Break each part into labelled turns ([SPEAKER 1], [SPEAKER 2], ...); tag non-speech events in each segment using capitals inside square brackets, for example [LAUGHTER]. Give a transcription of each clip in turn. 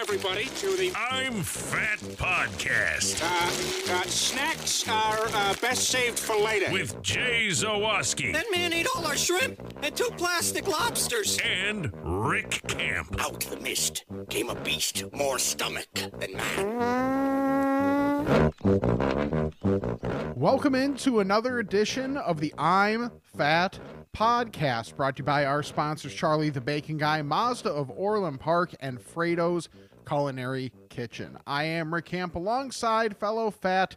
[SPEAKER 1] everybody to the
[SPEAKER 2] I'm Fat Podcast
[SPEAKER 1] uh, uh, snacks are uh, best saved for later.
[SPEAKER 2] with Jay Zawoski
[SPEAKER 3] That man ate all our shrimp and two plastic lobsters.
[SPEAKER 2] and Rick Camp.
[SPEAKER 3] Out of the mist came a beast more stomach than man.
[SPEAKER 4] Welcome into another edition of the I'm Fat podcast, brought to you by our sponsors Charlie the Bacon Guy, Mazda of Orland Park, and Fredo's Culinary Kitchen. I am Rick Camp alongside fellow fat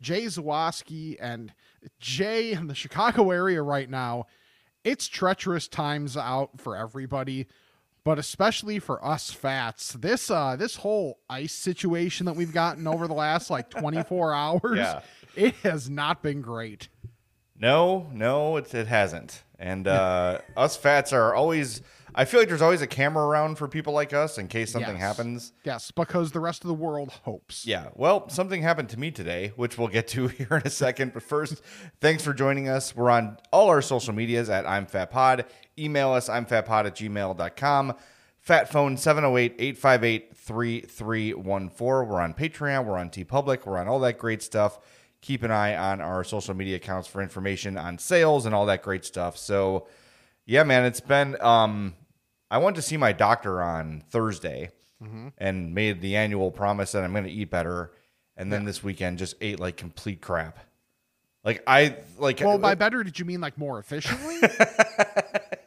[SPEAKER 4] Jay Zawoski and Jay in the Chicago area right now. It's treacherous times out for everybody, but especially for us fats. This uh this whole ice situation that we've gotten over the last like 24 [LAUGHS] hours,
[SPEAKER 5] Yeah.
[SPEAKER 4] it has not been great.
[SPEAKER 5] No, no, it, it hasn't. And uh, us fats are always. I feel like there's always a camera around for people like us in case something
[SPEAKER 4] Yes.
[SPEAKER 5] happens.
[SPEAKER 4] Yes, because the rest of the world hopes.
[SPEAKER 5] Yeah. Well, something happened to me today, which we'll get to [LAUGHS] here in a second. But first, thanks for joining us. We're on all our social medias at I'm Fat Pod. Email us, I'm Fat Pod at gmail.com. Fat phone 708 858 3314. We're on Patreon. We're on T Public. We're on all that great stuff. Keep an eye on our social media accounts for information on sales and all that great stuff. So, yeah, man, it's been. Um, I went to see my doctor on Thursday
[SPEAKER 4] Mm-hmm.
[SPEAKER 5] and made the annual promise that I'm going to eat better. And then this weekend just ate like complete crap. Like I like
[SPEAKER 4] Well, by better, did you mean like more
[SPEAKER 5] [LAUGHS]
[SPEAKER 4] efficiently?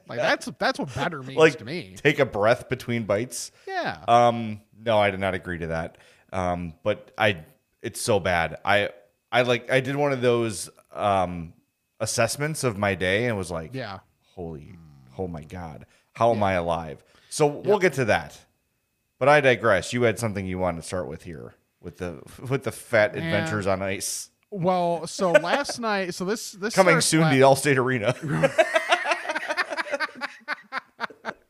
[SPEAKER 4] like that's that's what better means
[SPEAKER 5] like
[SPEAKER 4] to me.
[SPEAKER 5] [LAUGHS] take a breath between bites.
[SPEAKER 4] Yeah.
[SPEAKER 5] Um, no, I did not agree to that. Um, but I, it's so bad. I, I like, I did one of those, um, assessments of my day and was like,
[SPEAKER 4] yeah.
[SPEAKER 5] holy, oh my God, how am I alive? So we'll get to that, but I digress. You had something you wanted to start with here with the, with the fat adventures on ice
[SPEAKER 4] Well, so
[SPEAKER 5] [LAUGHS]
[SPEAKER 4] last night, so this this
[SPEAKER 5] coming
[SPEAKER 4] starts
[SPEAKER 5] soon
[SPEAKER 4] la-
[SPEAKER 5] to the Allstate arena. [LAUGHS]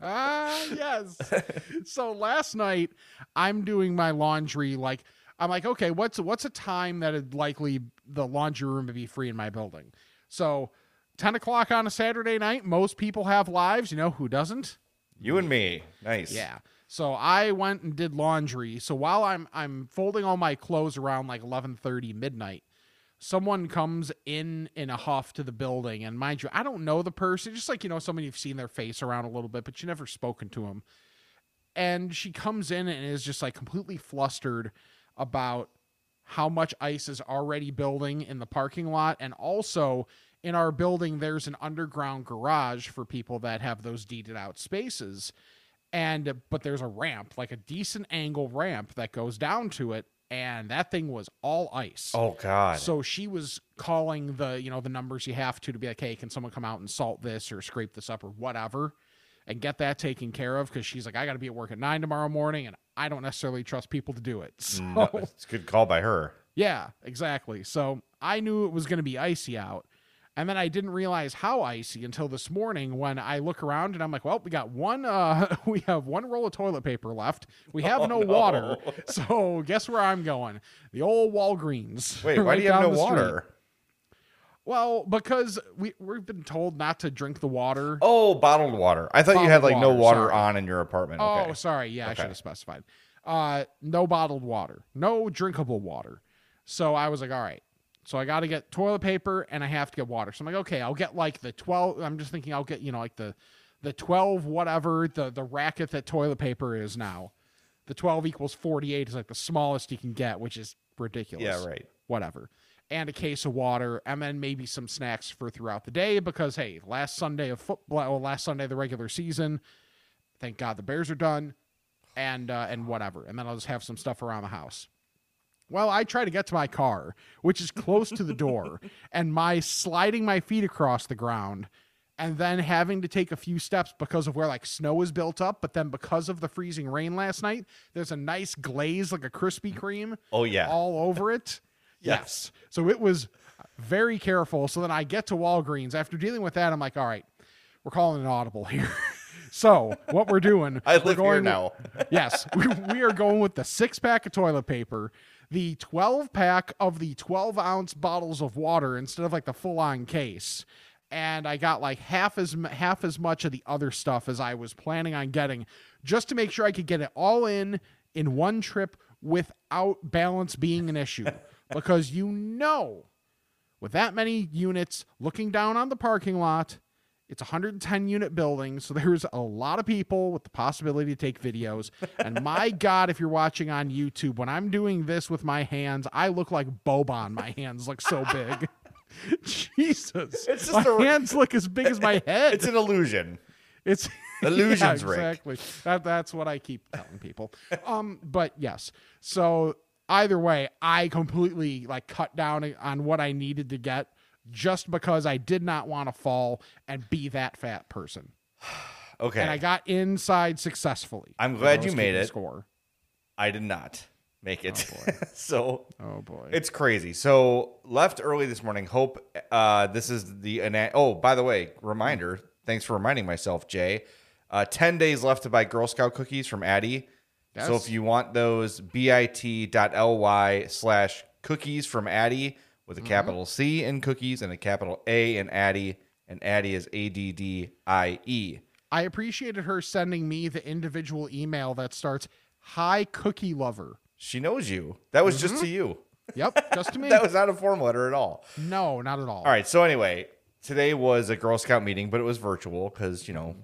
[SPEAKER 4] Ah, yes.
[SPEAKER 5] [LAUGHS]
[SPEAKER 4] so last night I'm doing my laundry like I'm like, okay, what's what's a time that would likely the laundry room would be free in my building? So ten o'clock on a Saturday night, most people have lives, you know, who doesn't?
[SPEAKER 5] you and me. Nice.
[SPEAKER 4] Yeah. So I went and did laundry. So while I'm I'm folding all my clothes around like 11:30 midnight, someone comes in in a huff to the building and mind you, I don't know the person, just like you know someone you've seen their face around a little bit, but you never spoken to them. And she comes in and is just like completely flustered about how much ice is already building in the parking lot and also in our building there's an underground garage for people that have those deeded out spaces and but there's a ramp like a decent angle ramp that goes down to it and that thing was all ice
[SPEAKER 5] Oh God.
[SPEAKER 4] so she was calling the you know the numbers you have to to be like hey can someone come out and salt this or scrape this up or whatever and get that taken care of because she's like i got to be at work at nine tomorrow morning and i don't necessarily trust people to do it so
[SPEAKER 5] [LAUGHS] No, it's a good call by her.
[SPEAKER 4] yeah, exactly. So I knew it was going to be icy out. And then I didn't realize how icy until this morning when I look around and I'm like, well, we got one, uh, [LAUGHS] we have one roll of toilet paper left. We
[SPEAKER 5] Oh,
[SPEAKER 4] have no, water. [LAUGHS] So guess where I'm going? The old Walgreens. [LAUGHS]
[SPEAKER 5] Wait, why
[SPEAKER 4] right
[SPEAKER 5] do you have
[SPEAKER 4] down
[SPEAKER 5] no
[SPEAKER 4] the street.
[SPEAKER 5] water?
[SPEAKER 4] Well, because we, we've been told not to drink the water.
[SPEAKER 5] Oh, bottled water. I thought you had
[SPEAKER 4] Bottled
[SPEAKER 5] like no
[SPEAKER 4] water,
[SPEAKER 5] water
[SPEAKER 4] sorry.
[SPEAKER 5] on in your apartment. Okay.
[SPEAKER 4] Oh, sorry. Yeah, I
[SPEAKER 5] Okay.
[SPEAKER 4] should have specified. Uh, no bottled water, no drinkable water. So I was like, all right. So I got to get toilet paper and I have to get water. So I'm like, okay, I'll get like the 12. I'm just thinking I'll get, you know, like the the 12 whatever the the racket that toilet paper is now. The 12 equals 48 is like the smallest you can get, which is ridiculous
[SPEAKER 5] yeah, right.
[SPEAKER 4] whatever, and a case of water, and then maybe some snacks for throughout the day because hey, last Sunday of football, well, last Sunday of the regular season, thank God the Bears are done, and uh, and whatever, and then I'll just have some stuff around the house. Well, I try to get to my car, which is close to the
[SPEAKER 5] [LAUGHS]
[SPEAKER 4] door, and my sliding my feet across the ground and then having to take a few steps because of where like snow is built up, but then because of the freezing rain last night, there's a nice glaze like a Krispy Kreme
[SPEAKER 5] Oh yeah.
[SPEAKER 4] all over
[SPEAKER 5] [LAUGHS]
[SPEAKER 4] it. yes. So it was very careful. So then I get to Walgreens. After dealing with that, I'm like, all right, we're calling an audible here. [LAUGHS] so what we're doing,
[SPEAKER 5] I
[SPEAKER 4] we're
[SPEAKER 5] live here
[SPEAKER 4] going-
[SPEAKER 5] now.
[SPEAKER 4] [LAUGHS] yes, we, we are going with the six pack of toilet paper, the 12 pack of the 12 ounce bottles of water instead of like the full on case. And I got like half as m- half as much of the other stuff as I was planning on getting, just to make sure I could get it all in in one trip without balance being an
[SPEAKER 5] [LAUGHS]
[SPEAKER 4] issue because you know with that many units looking down on the parking lot it's a 110 unit building so [LAUGHS] there's a lot of people with the possibility to take videos and
[SPEAKER 5] [LAUGHS]
[SPEAKER 4] my god if you're watching on youtube when i'm doing this with my hands i look like boban my hands look so
[SPEAKER 5] [LAUGHS]
[SPEAKER 4] big [LAUGHS] jesus
[SPEAKER 5] It's just
[SPEAKER 4] my
[SPEAKER 5] a-
[SPEAKER 4] hands look as big as my head
[SPEAKER 5] [LAUGHS] It's an illusion.
[SPEAKER 4] it's
[SPEAKER 5] [LAUGHS] Illusions,
[SPEAKER 4] yeah,
[SPEAKER 5] Rick.
[SPEAKER 4] exactly. That, that's what I keep telling people. Um, but yes. So either way, I completely like cut down on what I needed to get just because I did not want to fall and be that fat person.
[SPEAKER 5] Okay.
[SPEAKER 4] And I got inside successfully.
[SPEAKER 5] I'm
[SPEAKER 4] when
[SPEAKER 5] glad
[SPEAKER 4] I
[SPEAKER 5] you
[SPEAKER 4] was
[SPEAKER 5] made
[SPEAKER 4] keeping
[SPEAKER 5] it.
[SPEAKER 4] Score.
[SPEAKER 5] I did not make it. [LAUGHS] so
[SPEAKER 4] Oh boy.
[SPEAKER 5] it's crazy. So left early this morning. Hope uh, this is the ana- oh by the way reminder. Thanks for reminding myself, Jay. Uh, Ten days left to buy Girl Scout cookies from Addie. So
[SPEAKER 4] Yes.
[SPEAKER 5] if you want those, bit.ly slash cookies from Addie with a capital C in cookies and a capital A in Addie, and Addie is A D D I E.
[SPEAKER 4] I appreciated her sending me the individual email that starts, "Hi, cookie lover."
[SPEAKER 5] She knows you. That was just to you.
[SPEAKER 4] Yep,
[SPEAKER 5] [LAUGHS]
[SPEAKER 4] just to me.
[SPEAKER 5] That was not a form letter at all.
[SPEAKER 4] no, not at all.
[SPEAKER 5] All right. So anyway, today was a Girl Scout meeting, but it was virtual because you know,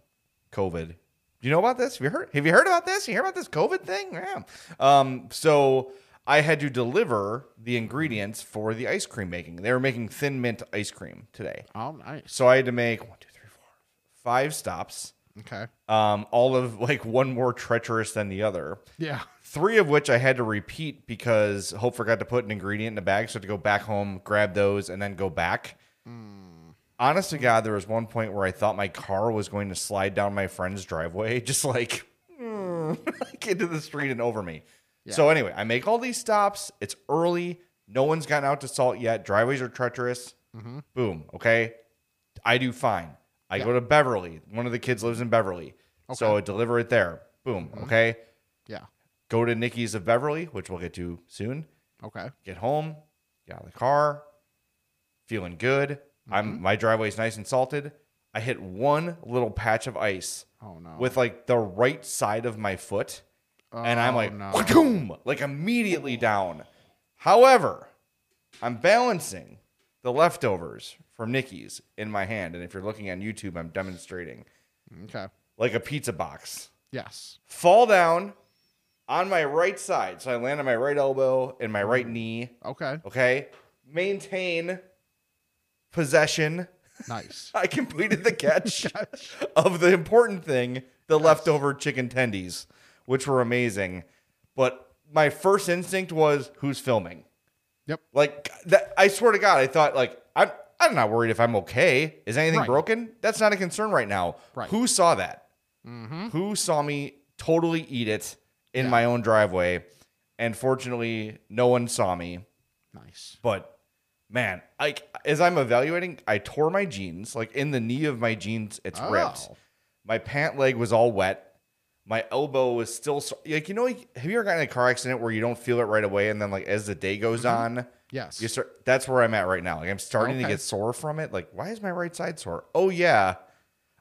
[SPEAKER 5] COVID. You know about this? Have you heard? Have you heard about this? You hear about this COVID thing? Yeah. Um. So I had to deliver the ingredients for the ice cream making. They were making thin mint ice cream today,
[SPEAKER 4] Oh, nice.
[SPEAKER 5] so I had to make one, two, three, four, five stops.
[SPEAKER 4] Okay.
[SPEAKER 5] Um. All of like one more treacherous than the other
[SPEAKER 4] Yeah.
[SPEAKER 5] three of which I had to repeat because Hope forgot to put an ingredient in the bag, so I had to go back home, grab those, and then go back. Honest to God, there was one point where I thought my car was going to slide down my friend's driveway, [LAUGHS] just like, like into the street and over me. So anyway, I make all these stops. It's early. No one's gotten out to salt yet. Driveways are treacherous. Boom. Okay. I do fine. I go to Beverly. One of the kids lives in Beverly. So I deliver it there. Boom. Okay
[SPEAKER 4] Yeah.
[SPEAKER 5] go to Nikki's of Beverly, which we'll get to soon.
[SPEAKER 4] Okay.
[SPEAKER 5] Get home, get out of the car, feeling good.
[SPEAKER 4] Mm-hmm.
[SPEAKER 5] I'm my driveway's nice and salted. I hit one little patch of ice
[SPEAKER 4] Oh no.
[SPEAKER 5] with like the right side of my foot, and I'm
[SPEAKER 4] Oh,
[SPEAKER 5] like,
[SPEAKER 4] no.
[SPEAKER 5] "Kwadoom!" like immediately down. However, I'm balancing the leftovers from Nikki's in my hand, and if you're looking on YouTube, I'm demonstrating
[SPEAKER 4] Okay.
[SPEAKER 5] like a pizza box
[SPEAKER 4] Yes.
[SPEAKER 5] fall down on my right side. So I land on my right elbow and my right knee.
[SPEAKER 4] Okay.
[SPEAKER 5] Okay. Maintain possession.
[SPEAKER 4] Nice.
[SPEAKER 5] [LAUGHS] I completed
[SPEAKER 4] [LAUGHS]
[SPEAKER 5] the catch of the important thing the leftover chicken tendies, which were amazing. But my first instinct was who's filming?
[SPEAKER 4] Yep.
[SPEAKER 5] Like that I swear to God, I thought like I'm I'm not worried if I'm okay. Is anything
[SPEAKER 4] Right.
[SPEAKER 5] broken? That's not a concern right now.
[SPEAKER 4] Right. Mm-hmm.
[SPEAKER 5] Who saw that? Who saw me totally eat it in my own driveway? And fortunately, no one saw me.
[SPEAKER 4] Nice.
[SPEAKER 5] But man, like as I'm evaluating, I tore my jeans, like in the knee of my jeans, it's ripped.
[SPEAKER 4] Oh.
[SPEAKER 5] My pant leg was all wet. My elbow was still so- like you know. Like, have you ever gotten in a car accident where you don't feel it right away, and then like as the day goes on,
[SPEAKER 4] Yes.
[SPEAKER 5] you start. That's where I'm at right now. Like I'm starting to
[SPEAKER 4] Mm-hmm. Okay.
[SPEAKER 5] get sore from it. Like why is my right side sore? Oh yeah,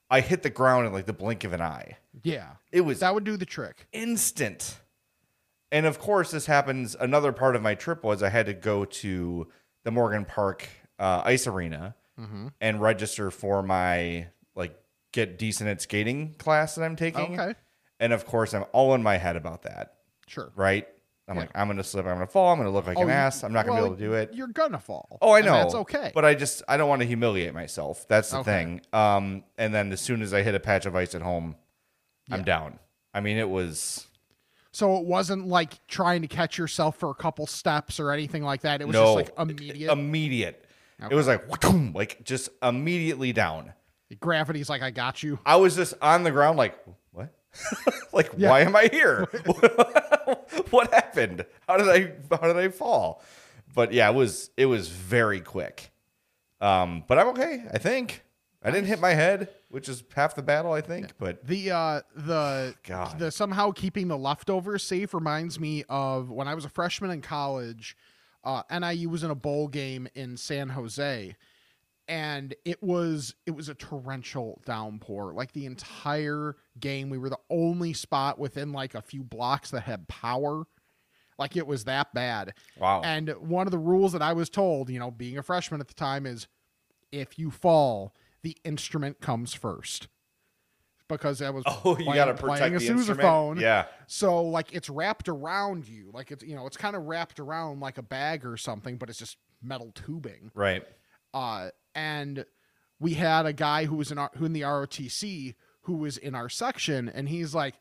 [SPEAKER 5] I hit the ground in like the blink of an eye.
[SPEAKER 4] Yeah.
[SPEAKER 5] It was
[SPEAKER 4] That would do the trick.
[SPEAKER 5] instant. And of course, this happens. Another part of my trip was I had to go to the Morgan Park uh, Ice Arena
[SPEAKER 4] Mm-hmm.
[SPEAKER 5] and register for my like get decent at skating class that I'm taking.
[SPEAKER 4] Okay.
[SPEAKER 5] And of course, I'm all in my head about that.
[SPEAKER 4] Sure.
[SPEAKER 5] Right? I'm
[SPEAKER 4] Yeah. Oh,
[SPEAKER 5] like, I'm gonna slip. I'm gonna fall. I'm gonna look like an
[SPEAKER 4] you-
[SPEAKER 5] ass. I'm not gonna
[SPEAKER 4] well,
[SPEAKER 5] be able to do it.
[SPEAKER 4] You're gonna fall.
[SPEAKER 5] Oh, I
[SPEAKER 4] And
[SPEAKER 5] know.
[SPEAKER 4] That's okay.
[SPEAKER 5] But I just I don't want to humiliate myself. That's the
[SPEAKER 4] Okay.
[SPEAKER 5] thing. Um, and then as soon as I hit a patch of ice at home, I'm down. I mean, it was
[SPEAKER 4] so it wasn't like trying to catch yourself for a couple steps or anything like that. It was
[SPEAKER 5] no Um,
[SPEAKER 4] just like immediate.
[SPEAKER 5] immediate. It was like whatoom, like just immediately down.
[SPEAKER 4] gravity's like, I got you.
[SPEAKER 5] I was just on the ground like what? [LAUGHS] like why am I here? [LAUGHS] what happened? How did I how did I fall? But yeah, it was it was very quick. Um, but I'm okay. I think I didn't hit my head, which is half the battle, I think. But [LAUGHS]
[SPEAKER 4] The uh the
[SPEAKER 5] God.
[SPEAKER 4] the somehow keeping the leftovers safe reminds me of when I was a freshman in college. Uh, NIU was in a bowl game in San Jose, and it was it was a torrential downpour like the entire game we were the only spot within like a few blocks that had power like it was that bad
[SPEAKER 5] Wow.
[SPEAKER 4] and one of the rules that i was told you know being a freshman at the time is if you fall the instrument comes first because that was
[SPEAKER 5] [LAUGHS] Oh, you
[SPEAKER 4] playing-
[SPEAKER 5] got to protect
[SPEAKER 4] playing a
[SPEAKER 5] the instrument.
[SPEAKER 4] sousaphone
[SPEAKER 5] Yeah.
[SPEAKER 4] so like it's wrapped around you like it's you know it's kind of wrapped around like a bag or something but it's just metal tubing
[SPEAKER 5] Right.
[SPEAKER 4] uh, and we had a guy who was in our, who in the ROTC who was in our section, and he's like,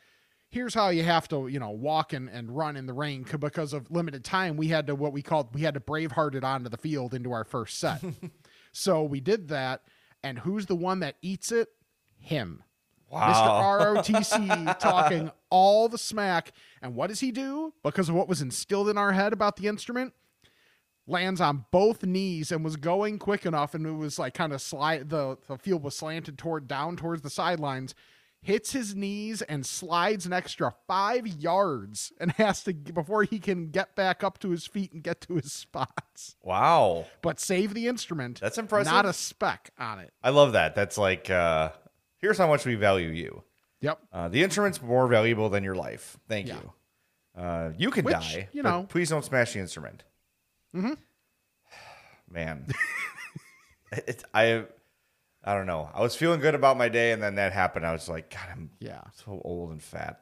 [SPEAKER 4] "Here's how you have to, you know, walk and, and run in the rain c- because of limited time. We had to what we called we had to braveheart it onto the field into our first set. so we did that, and who's the one that eats it? Him. Mr. ROTC talking all the smack. And what does he do? Because of what was instilled in our head about the instrument, lands on both knees and was going quick enough and it was like kind of slide the, the field was slanted toward down towards the sidelines hits his knees and slides an extra five yards and [LAUGHS] has to before he can get back up to his feet and get to his [LAUGHS] spots
[SPEAKER 5] Wow.
[SPEAKER 4] but save the instrument
[SPEAKER 5] That's impressive.
[SPEAKER 4] not a speck on it
[SPEAKER 5] I love that. That's like, uh, here's how much we value you.
[SPEAKER 4] yep
[SPEAKER 5] Uh, the instrument's more valuable than your life. Thank
[SPEAKER 4] Yeah.
[SPEAKER 5] you. Uh, you can
[SPEAKER 4] Which,
[SPEAKER 5] die.
[SPEAKER 4] you
[SPEAKER 5] but
[SPEAKER 4] know.
[SPEAKER 5] please don't smash the instrument. Mm-hmm. [SIGHS] Man,
[SPEAKER 4] [LAUGHS]
[SPEAKER 5] it, I, I don't know. I was feeling good about my day, and then that happened. I was like, God, I'm
[SPEAKER 4] yeah
[SPEAKER 5] so old and fat.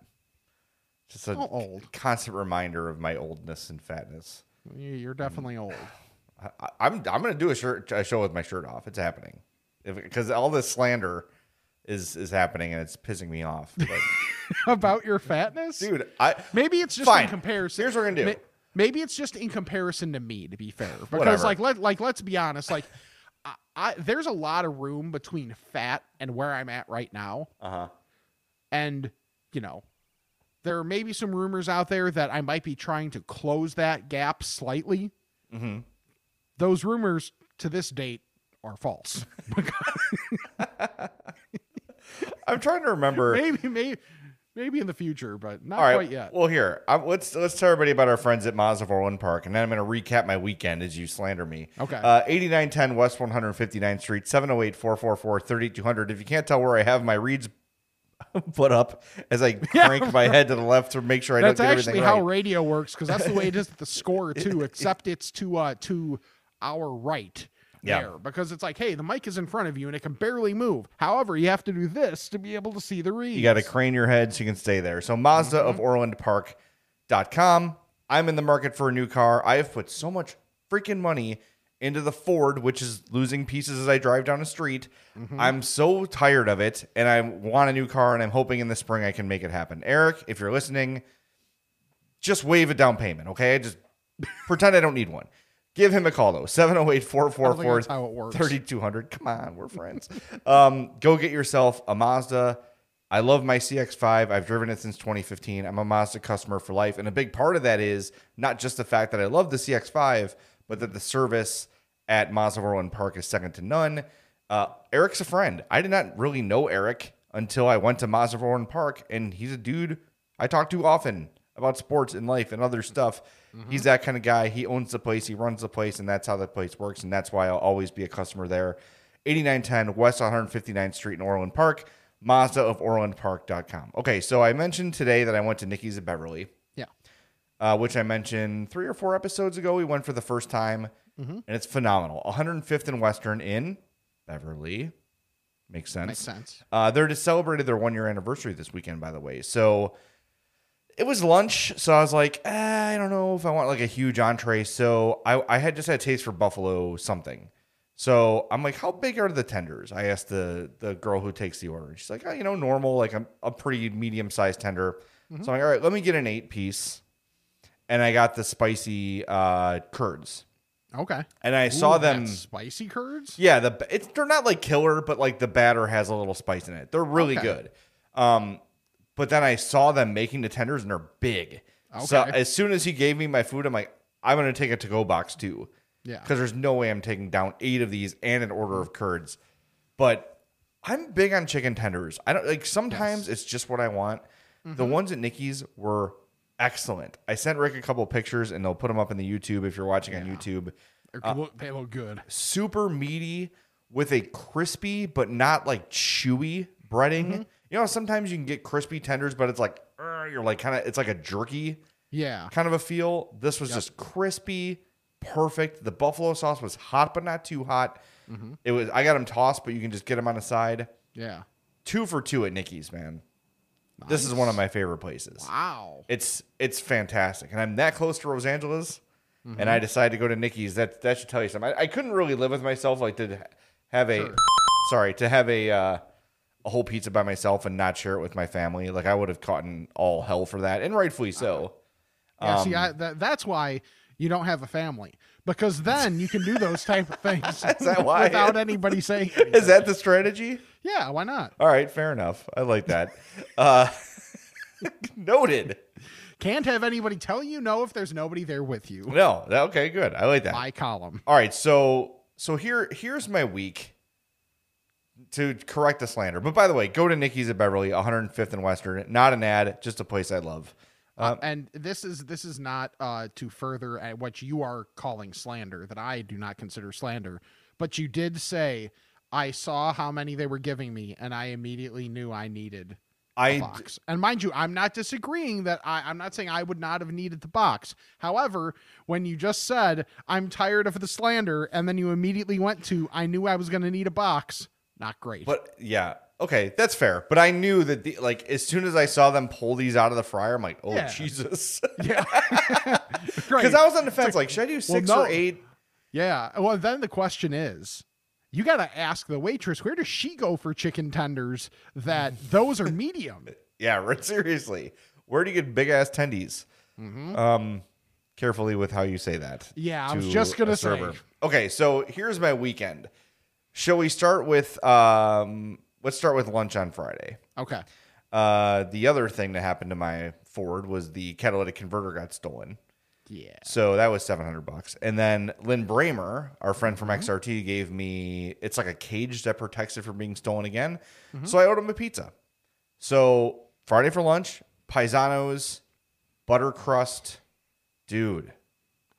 [SPEAKER 5] Just a
[SPEAKER 4] How old?
[SPEAKER 5] constant reminder of my oldness and fatness.
[SPEAKER 4] You- you're definitely old [LAUGHS]
[SPEAKER 5] I, I- I'm I'm gonna do a shirt a show with my shirt off. It's happening, because all this slander is is happening and it's pissing me off. But,
[SPEAKER 4] [LAUGHS] about your fatness
[SPEAKER 5] dude, I
[SPEAKER 4] Maybe it's just
[SPEAKER 5] Fine.
[SPEAKER 4] in comparison.
[SPEAKER 5] Here's what we're gonna do.
[SPEAKER 4] Ma- Maybe it's just in comparison to me, to be fair. Because
[SPEAKER 5] Whatever.
[SPEAKER 4] like let like let's be honest, like [LAUGHS] I, I there's a lot of room between fat and where I'm at right now.
[SPEAKER 5] uh huh.
[SPEAKER 4] And, you know, there may be some rumors out there that I might be trying to close that gap slightly. Mm-hmm. Those rumors to this date are false.
[SPEAKER 5] I'm trying to remember.
[SPEAKER 4] [LAUGHS] maybe maybe maybe in the future, but not
[SPEAKER 5] All right.
[SPEAKER 4] quite yet.
[SPEAKER 5] Well, here I, let's let's tell everybody about our friends at Mazda 401 Park, and then I'm going to recap my weekend as you slander me.
[SPEAKER 4] Okay.
[SPEAKER 5] Uh, 8910 West 159th Street, 708-444-3200. If you can't tell where I have my reads [LAUGHS] put up
[SPEAKER 4] [LAUGHS]
[SPEAKER 5] as I crank my head to the left to make sure I
[SPEAKER 4] that's
[SPEAKER 5] don't get
[SPEAKER 4] actually
[SPEAKER 5] everything
[SPEAKER 4] how
[SPEAKER 5] right.
[SPEAKER 4] radio works because that's the way it is at the score
[SPEAKER 5] [LAUGHS]
[SPEAKER 4] too except it's to uh to our right
[SPEAKER 5] Yeah.
[SPEAKER 4] there because it's like hey the mic is in front of you and it can barely move however you have to do this to be able to see the read
[SPEAKER 5] You got to crane your head so you can stay there. So Mazda of Orland Park.com. I'm in the market for a new car. I have put so much freaking money into the Ford, which is losing pieces as I drive down a street. I'm so tired of it and I want a new car and I'm hoping in the spring I can make it happen. Eric, if you're listening, just waive a down payment, okay? Just pretend I don't need one. Give him a call though. 708
[SPEAKER 4] I don't think that's how it
[SPEAKER 5] 444
[SPEAKER 4] works.
[SPEAKER 5] 3200. Come on, we're friends. um, go get yourself a Mazda. I love my CX5. I've driven it since 2015. I'm a Mazda customer for life. And a big part of that is not just the fact that I love the CX5, but that the service at Mazda Orland Park is second to none. Uh, Eric's a friend. I did not really know Eric until I went to Mazda Orland Park, and he's a dude I talk to often about sports and life and other stuff. He's that kind of guy. He owns the place, he runs the place, and that's how the place works. And that's why I'll always be a customer there. 8910 West 159th Street in Orland Park, Mazda of OrlandPark.com. Okay, so I mentioned today that I went to Nikki's of Beverly
[SPEAKER 4] yeah
[SPEAKER 5] uh, which I mentioned three or four episodes ago. We went for the first time, and it's phenomenal. 105th and Western in Beverly. Makes sense.
[SPEAKER 4] makes sense
[SPEAKER 5] Uh, they're just celebrated their one year anniversary this weekend, by the way. So it was lunch. So I was like, eh, I don't know if I want like a huge entree. So I, I had just had a taste for buffalo something. So I'm like, how big are the tenders? I asked the the girl who takes the order. She's like, oh, you know, normal, like a, a pretty medium sized tender.
[SPEAKER 4] Mm-hmm.
[SPEAKER 5] So I'm like, all right, let me get an eight piece. And I got the spicy uh, curds.
[SPEAKER 4] okay
[SPEAKER 5] And I saw
[SPEAKER 4] Ooh,
[SPEAKER 5] them.
[SPEAKER 4] that's spicy curds
[SPEAKER 5] Yeah, the it's they're not like killer, but like the batter has a little spice in it. They're really
[SPEAKER 4] Okay.
[SPEAKER 5] good. Um, but then I saw them making the tenders, and they're big. So
[SPEAKER 4] Okay.
[SPEAKER 5] as soon as he gave me my food, I'm like, I'm gonna take a to go box too,
[SPEAKER 4] yeah
[SPEAKER 5] because there's no way I'm taking down eight of these and an order of curds. But I'm big on chicken tenders. I don't like sometimes it's just what I want.
[SPEAKER 4] Mm-hmm.
[SPEAKER 5] The ones at Nikki's were excellent. I sent Rick a couple pictures, and they'll put them up in the YouTube if you're watching on YouTube
[SPEAKER 4] They're- look, they look good
[SPEAKER 5] super meaty, with a crispy but not like chewy breading. You know, sometimes you can get crispy tenders, but it's like "Ur," you're like kind of it's like a jerky
[SPEAKER 4] Yeah.
[SPEAKER 5] kind of a feel. This was just crispy, perfect. The buffalo sauce was hot but not too hot. It was I got them tossed, but you can just get them on the side.
[SPEAKER 4] Yeah.
[SPEAKER 5] Two for two at Nikki's, man. This is one of my favorite places.
[SPEAKER 4] Wow.
[SPEAKER 5] It's it's fantastic, and I'm that close to Los Angeles, and I decided to go to Nikki's. That that should tell you something. I, I couldn't really live with myself, like to have a, sorry, to have a uh, a whole pizza by myself and not share it with my family. Like I would have caught in all hell for that, and rightfully so.
[SPEAKER 4] Yeah, see,
[SPEAKER 5] Um,
[SPEAKER 4] I, that, that's why you don't have a family because then you can do those type of
[SPEAKER 5] [LAUGHS]
[SPEAKER 4] things
[SPEAKER 5] that
[SPEAKER 4] [LAUGHS]
[SPEAKER 5] why?
[SPEAKER 4] without anybody saying.
[SPEAKER 5] [LAUGHS] Is that the strategy?
[SPEAKER 4] Yeah, why not?
[SPEAKER 5] All right, fair enough. I like that. uh, [LAUGHS] noted.
[SPEAKER 4] Can't have anybody tell you no if there's nobody there with you.
[SPEAKER 5] No, that, okay, good. I like that.
[SPEAKER 4] My column.
[SPEAKER 5] All right, so so here here's my week to correct the slander. But by the way, go to Nikki's at Beverly, 105th and Western. Not an ad, just a place I love.
[SPEAKER 4] Uh, and this is this is not uh, to further at what you are calling slander that I do not consider slander. But you did say I saw how many they were giving me, and I immediately knew I needed
[SPEAKER 5] I
[SPEAKER 4] box. And mind you, I'm not disagreeing that I, I'm not saying I would not have needed the box. However, when you just said I'm tired of the slander, and then you immediately went to I knew I was going to need a box. Not great.
[SPEAKER 5] but yeah, okay, that's fair. But I knew that the like as soon as I saw them pull these out of the fryer, I'm like, oh
[SPEAKER 4] Yeah. [LAUGHS]
[SPEAKER 5] Jesus,
[SPEAKER 4] [LAUGHS] Great.
[SPEAKER 5] because I was on the fence. Like, should I do six
[SPEAKER 4] no.
[SPEAKER 5] or eight?
[SPEAKER 4] Yeah. Well, then the question is, you got to ask the waitress where does she go for chicken tenders that
[SPEAKER 5] [LAUGHS]
[SPEAKER 4] those are medium?
[SPEAKER 5] Yeah, [LAUGHS] right, seriously, where do you get big ass tendies?
[SPEAKER 4] Mm-hmm.
[SPEAKER 5] Um, carefully with how you say that.
[SPEAKER 4] Yeah, I was
[SPEAKER 5] to
[SPEAKER 4] just gonna
[SPEAKER 5] a
[SPEAKER 4] say.
[SPEAKER 5] server. Okay, so here's my weekend. Shall we start with um? Let's start with lunch on Friday.
[SPEAKER 4] Okay.
[SPEAKER 5] Uh, the other thing that happened to my Ford was the catalytic converter got stolen.
[SPEAKER 4] Yeah.
[SPEAKER 5] So that was seven hundred bucks. And then Lynn Bramer, our friend
[SPEAKER 4] Mm-hmm.
[SPEAKER 5] from XRT, gave me it's like a cage that protects it from being stolen again.
[SPEAKER 4] Mm-hmm.
[SPEAKER 5] So I ordered him a pizza. So Friday for lunch, paisanos, butter crust, dude.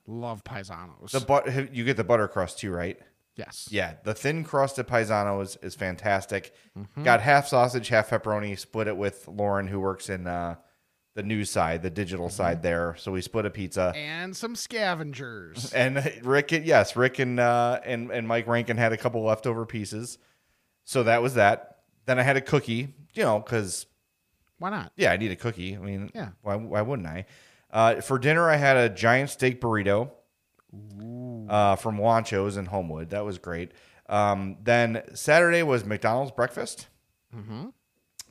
[SPEAKER 4] Love paisanos.
[SPEAKER 5] The but you get the butter crust too, right?
[SPEAKER 4] yes.
[SPEAKER 5] Yeah, the thin crust at Paisano's is fantastic. Got half sausage, half pepperoni. Split it with Lauren, who works in uh, the news side, the digital side there. So we split a pizza.
[SPEAKER 4] And some scavengers.
[SPEAKER 5] [LAUGHS] And Rick, yes, Rick and uh, and and Mike Rankin had a couple leftover pieces. So that was that. Then I had a cookie, you know, because
[SPEAKER 4] Why not?
[SPEAKER 5] yeah, I need a cookie. I mean,
[SPEAKER 4] Yeah.
[SPEAKER 5] why, why wouldn't I? Uh, for dinner, I had a giant steak burrito uh, from Wancho's in Homewood. That was great. Um, then Saturday was McDonald's breakfast. Mm-hmm. And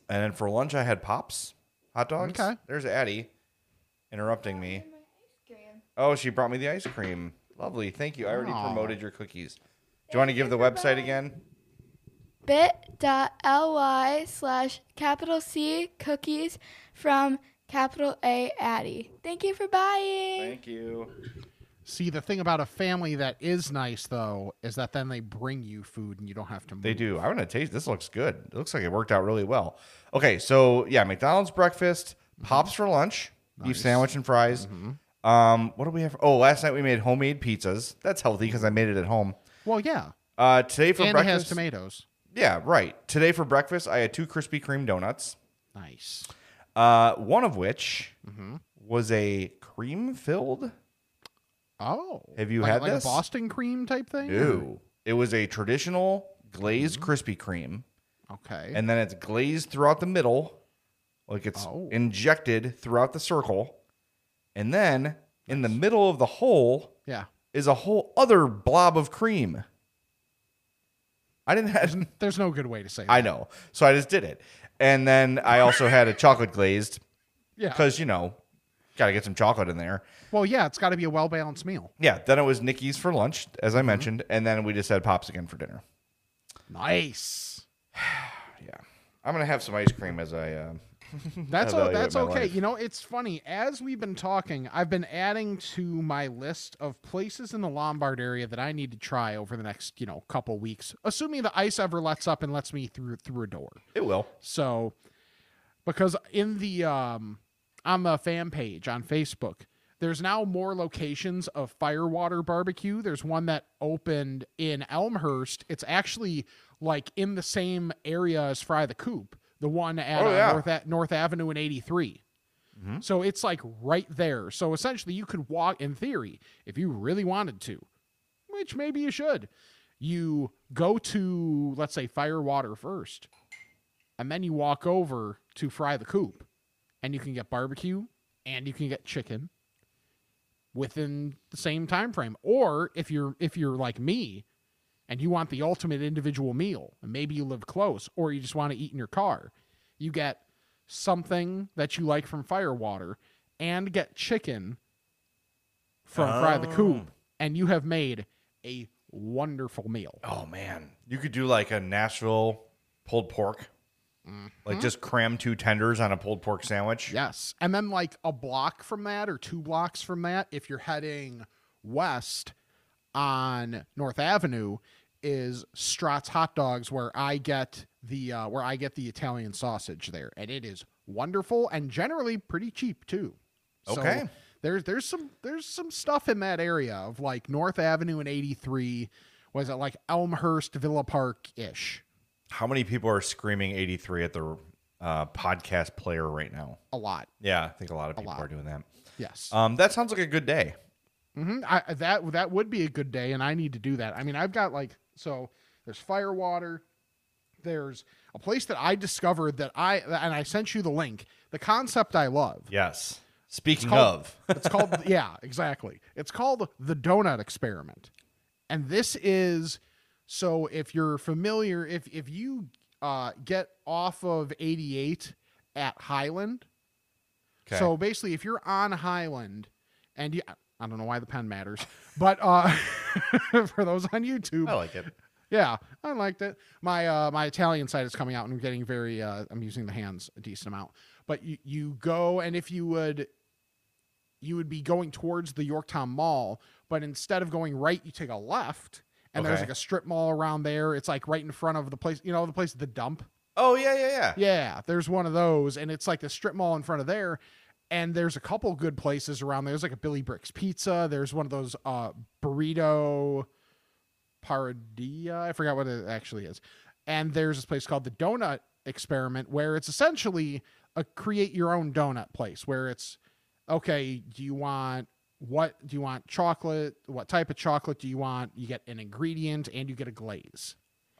[SPEAKER 5] then for lunch, I had Pops, hot dogs.
[SPEAKER 4] Okay.
[SPEAKER 5] There's Addie interrupting me. Oh, she brought me the ice cream. Lovely. Thank you. I already
[SPEAKER 4] Aw.
[SPEAKER 5] promoted your cookies. Do you want to give the website again?
[SPEAKER 6] bit.ly slash capital C cookies from capital A Addy. Thank you for buying.
[SPEAKER 5] Thank you.
[SPEAKER 4] See, the thing about a family that is nice though is that then they bring you food and you don't have to. Move.
[SPEAKER 5] They do. I want to taste. This looks good. It looks like it worked out really well. Okay, so yeah, McDonald's breakfast,
[SPEAKER 4] Mm-hmm.
[SPEAKER 5] pops for lunch, beef sandwich and fries. Um, what do we have? Oh, last night we made homemade pizzas. That's healthy because I made it at home.
[SPEAKER 4] Well, yeah.
[SPEAKER 5] Uh, today for
[SPEAKER 4] and it has
[SPEAKER 5] breakfast,
[SPEAKER 4] tomatoes.
[SPEAKER 5] yeah, right. Today for breakfast, I had two Krispy Kreme donuts.
[SPEAKER 4] Nice.
[SPEAKER 5] Uh, one of which
[SPEAKER 4] Mm-hmm.
[SPEAKER 5] was a cream filled.
[SPEAKER 4] Oh.
[SPEAKER 5] Have you
[SPEAKER 4] like,
[SPEAKER 5] had
[SPEAKER 4] like
[SPEAKER 5] this?
[SPEAKER 4] a Boston cream type thing?
[SPEAKER 5] Ew. It was a traditional glazed
[SPEAKER 4] Mm-hmm.
[SPEAKER 5] Krispy Kreme.
[SPEAKER 4] Okay.
[SPEAKER 5] and then it's glazed throughout the middle, like it's
[SPEAKER 4] Oh.
[SPEAKER 5] injected throughout the circle, and then in the middle of the hole
[SPEAKER 4] yeah.
[SPEAKER 5] is a whole other blob of cream. I didn't have. [LAUGHS]
[SPEAKER 4] There's no good way to say that.
[SPEAKER 5] I know, so I just did it, and then I also had a chocolate glazed
[SPEAKER 4] [LAUGHS] Yeah.
[SPEAKER 5] because you know, gotta get some chocolate in there.
[SPEAKER 4] Well, yeah, it's got to be a well balanced meal.
[SPEAKER 5] Yeah, then it was Nikki's for lunch, as
[SPEAKER 4] Mm-hmm.
[SPEAKER 5] I mentioned, and then we just had pops again for dinner.
[SPEAKER 4] Nice.
[SPEAKER 5] I'm gonna have some ice cream as I. Uh,
[SPEAKER 4] That's
[SPEAKER 5] I
[SPEAKER 4] o-
[SPEAKER 5] evaluate
[SPEAKER 4] that's
[SPEAKER 5] my
[SPEAKER 4] okay.
[SPEAKER 5] life.
[SPEAKER 4] You know, it's funny. As we've been talking, I've been adding to my list of places in the Lombard area that I need to try over the next, you know, couple weeks, assuming the ice ever lets up and lets me through through a door.
[SPEAKER 5] it will.
[SPEAKER 4] So, because in the um, on the fan page on Facebook, There's now more locations of Firewater Barbecue. There's one that opened in Elmhurst. It's actually like in the same area as Fry the Coop, the one at
[SPEAKER 5] Oh,
[SPEAKER 4] uh,
[SPEAKER 5] yeah. Mm-hmm.
[SPEAKER 4] North, at North Avenue and 83. So it's like right there. So essentially, you could walk, in theory, if you really wanted to, which maybe you should. You go to, let's say, Firewater first, and then you walk over to Fry the Coop, and you can get barbecue and you can get chicken within the same time frame. Or if you're if you're like me and you want the ultimate individual meal, and maybe you live close or you just want to eat in your car, you get something that you like from Firewater and get chicken from Fry the Coop, and you have made a wonderful meal.
[SPEAKER 5] Oh man, you could do like a Nashville pulled pork,
[SPEAKER 4] Mm-hmm.
[SPEAKER 5] like just cram two tenders on a pulled pork sandwich.
[SPEAKER 4] Yes. And then like a block from that or two blocks from that, if you're heading west on North Avenue, is Strat's hot dogs where I get the uh, where I get the Italian sausage there. And it is wonderful and generally pretty cheap too. So
[SPEAKER 5] Okay.
[SPEAKER 4] there's there's some there's some stuff in that area of like North Avenue and 83. Was it like Elmhurst Villa Park ish?
[SPEAKER 5] How many people are screaming 83 at their uh, podcast player right now?
[SPEAKER 4] A lot.
[SPEAKER 5] Yeah, I think a lot of people
[SPEAKER 4] lot.
[SPEAKER 5] are doing that.
[SPEAKER 4] Yes.
[SPEAKER 5] Um, that sounds like a good day.
[SPEAKER 4] hmm I, that that would be a good day, and I need to do that. I mean, I've got like so. There's Firewater. There's a place that I discovered that I and I sent you the link. The concept I love.
[SPEAKER 5] Yes. Speaking
[SPEAKER 4] called-
[SPEAKER 5] of,
[SPEAKER 4] [LAUGHS] It's called yeah, exactly. It's called the Donut Experiment, and this is so if you're familiar, if if you uh, get off of 88 at Highland,
[SPEAKER 5] 'Kay.
[SPEAKER 4] so basically if you're on Highland, and you I don't know why the pen matters, but uh, [LAUGHS] for those on YouTube,
[SPEAKER 5] I like it.
[SPEAKER 4] yeah, I liked it. My uh, my Italian side is coming out, and I'm getting very. Uh, I'm using the hands a decent amount. But you you go, and if you would, you would be going towards the Yorktown Mall, but instead of going right, you take a left, and there's
[SPEAKER 5] Okay.
[SPEAKER 4] like a strip mall around there. It's like right in front of the place. You know, the place, the dump.
[SPEAKER 5] Oh yeah, yeah, yeah.
[SPEAKER 4] Yeah, there's one of those, and it's like the strip mall in front of there. And there's a couple good places around there. There's like a Billy Bricks Pizza. There's one of those uh, burrito paradia. I forgot what it actually is. And there's this place called the Donut Experiment, where it's essentially a create your own donut place, where it's okay. Do you want what? Do you want chocolate? What type of chocolate do you want? You get an ingredient and you get a glaze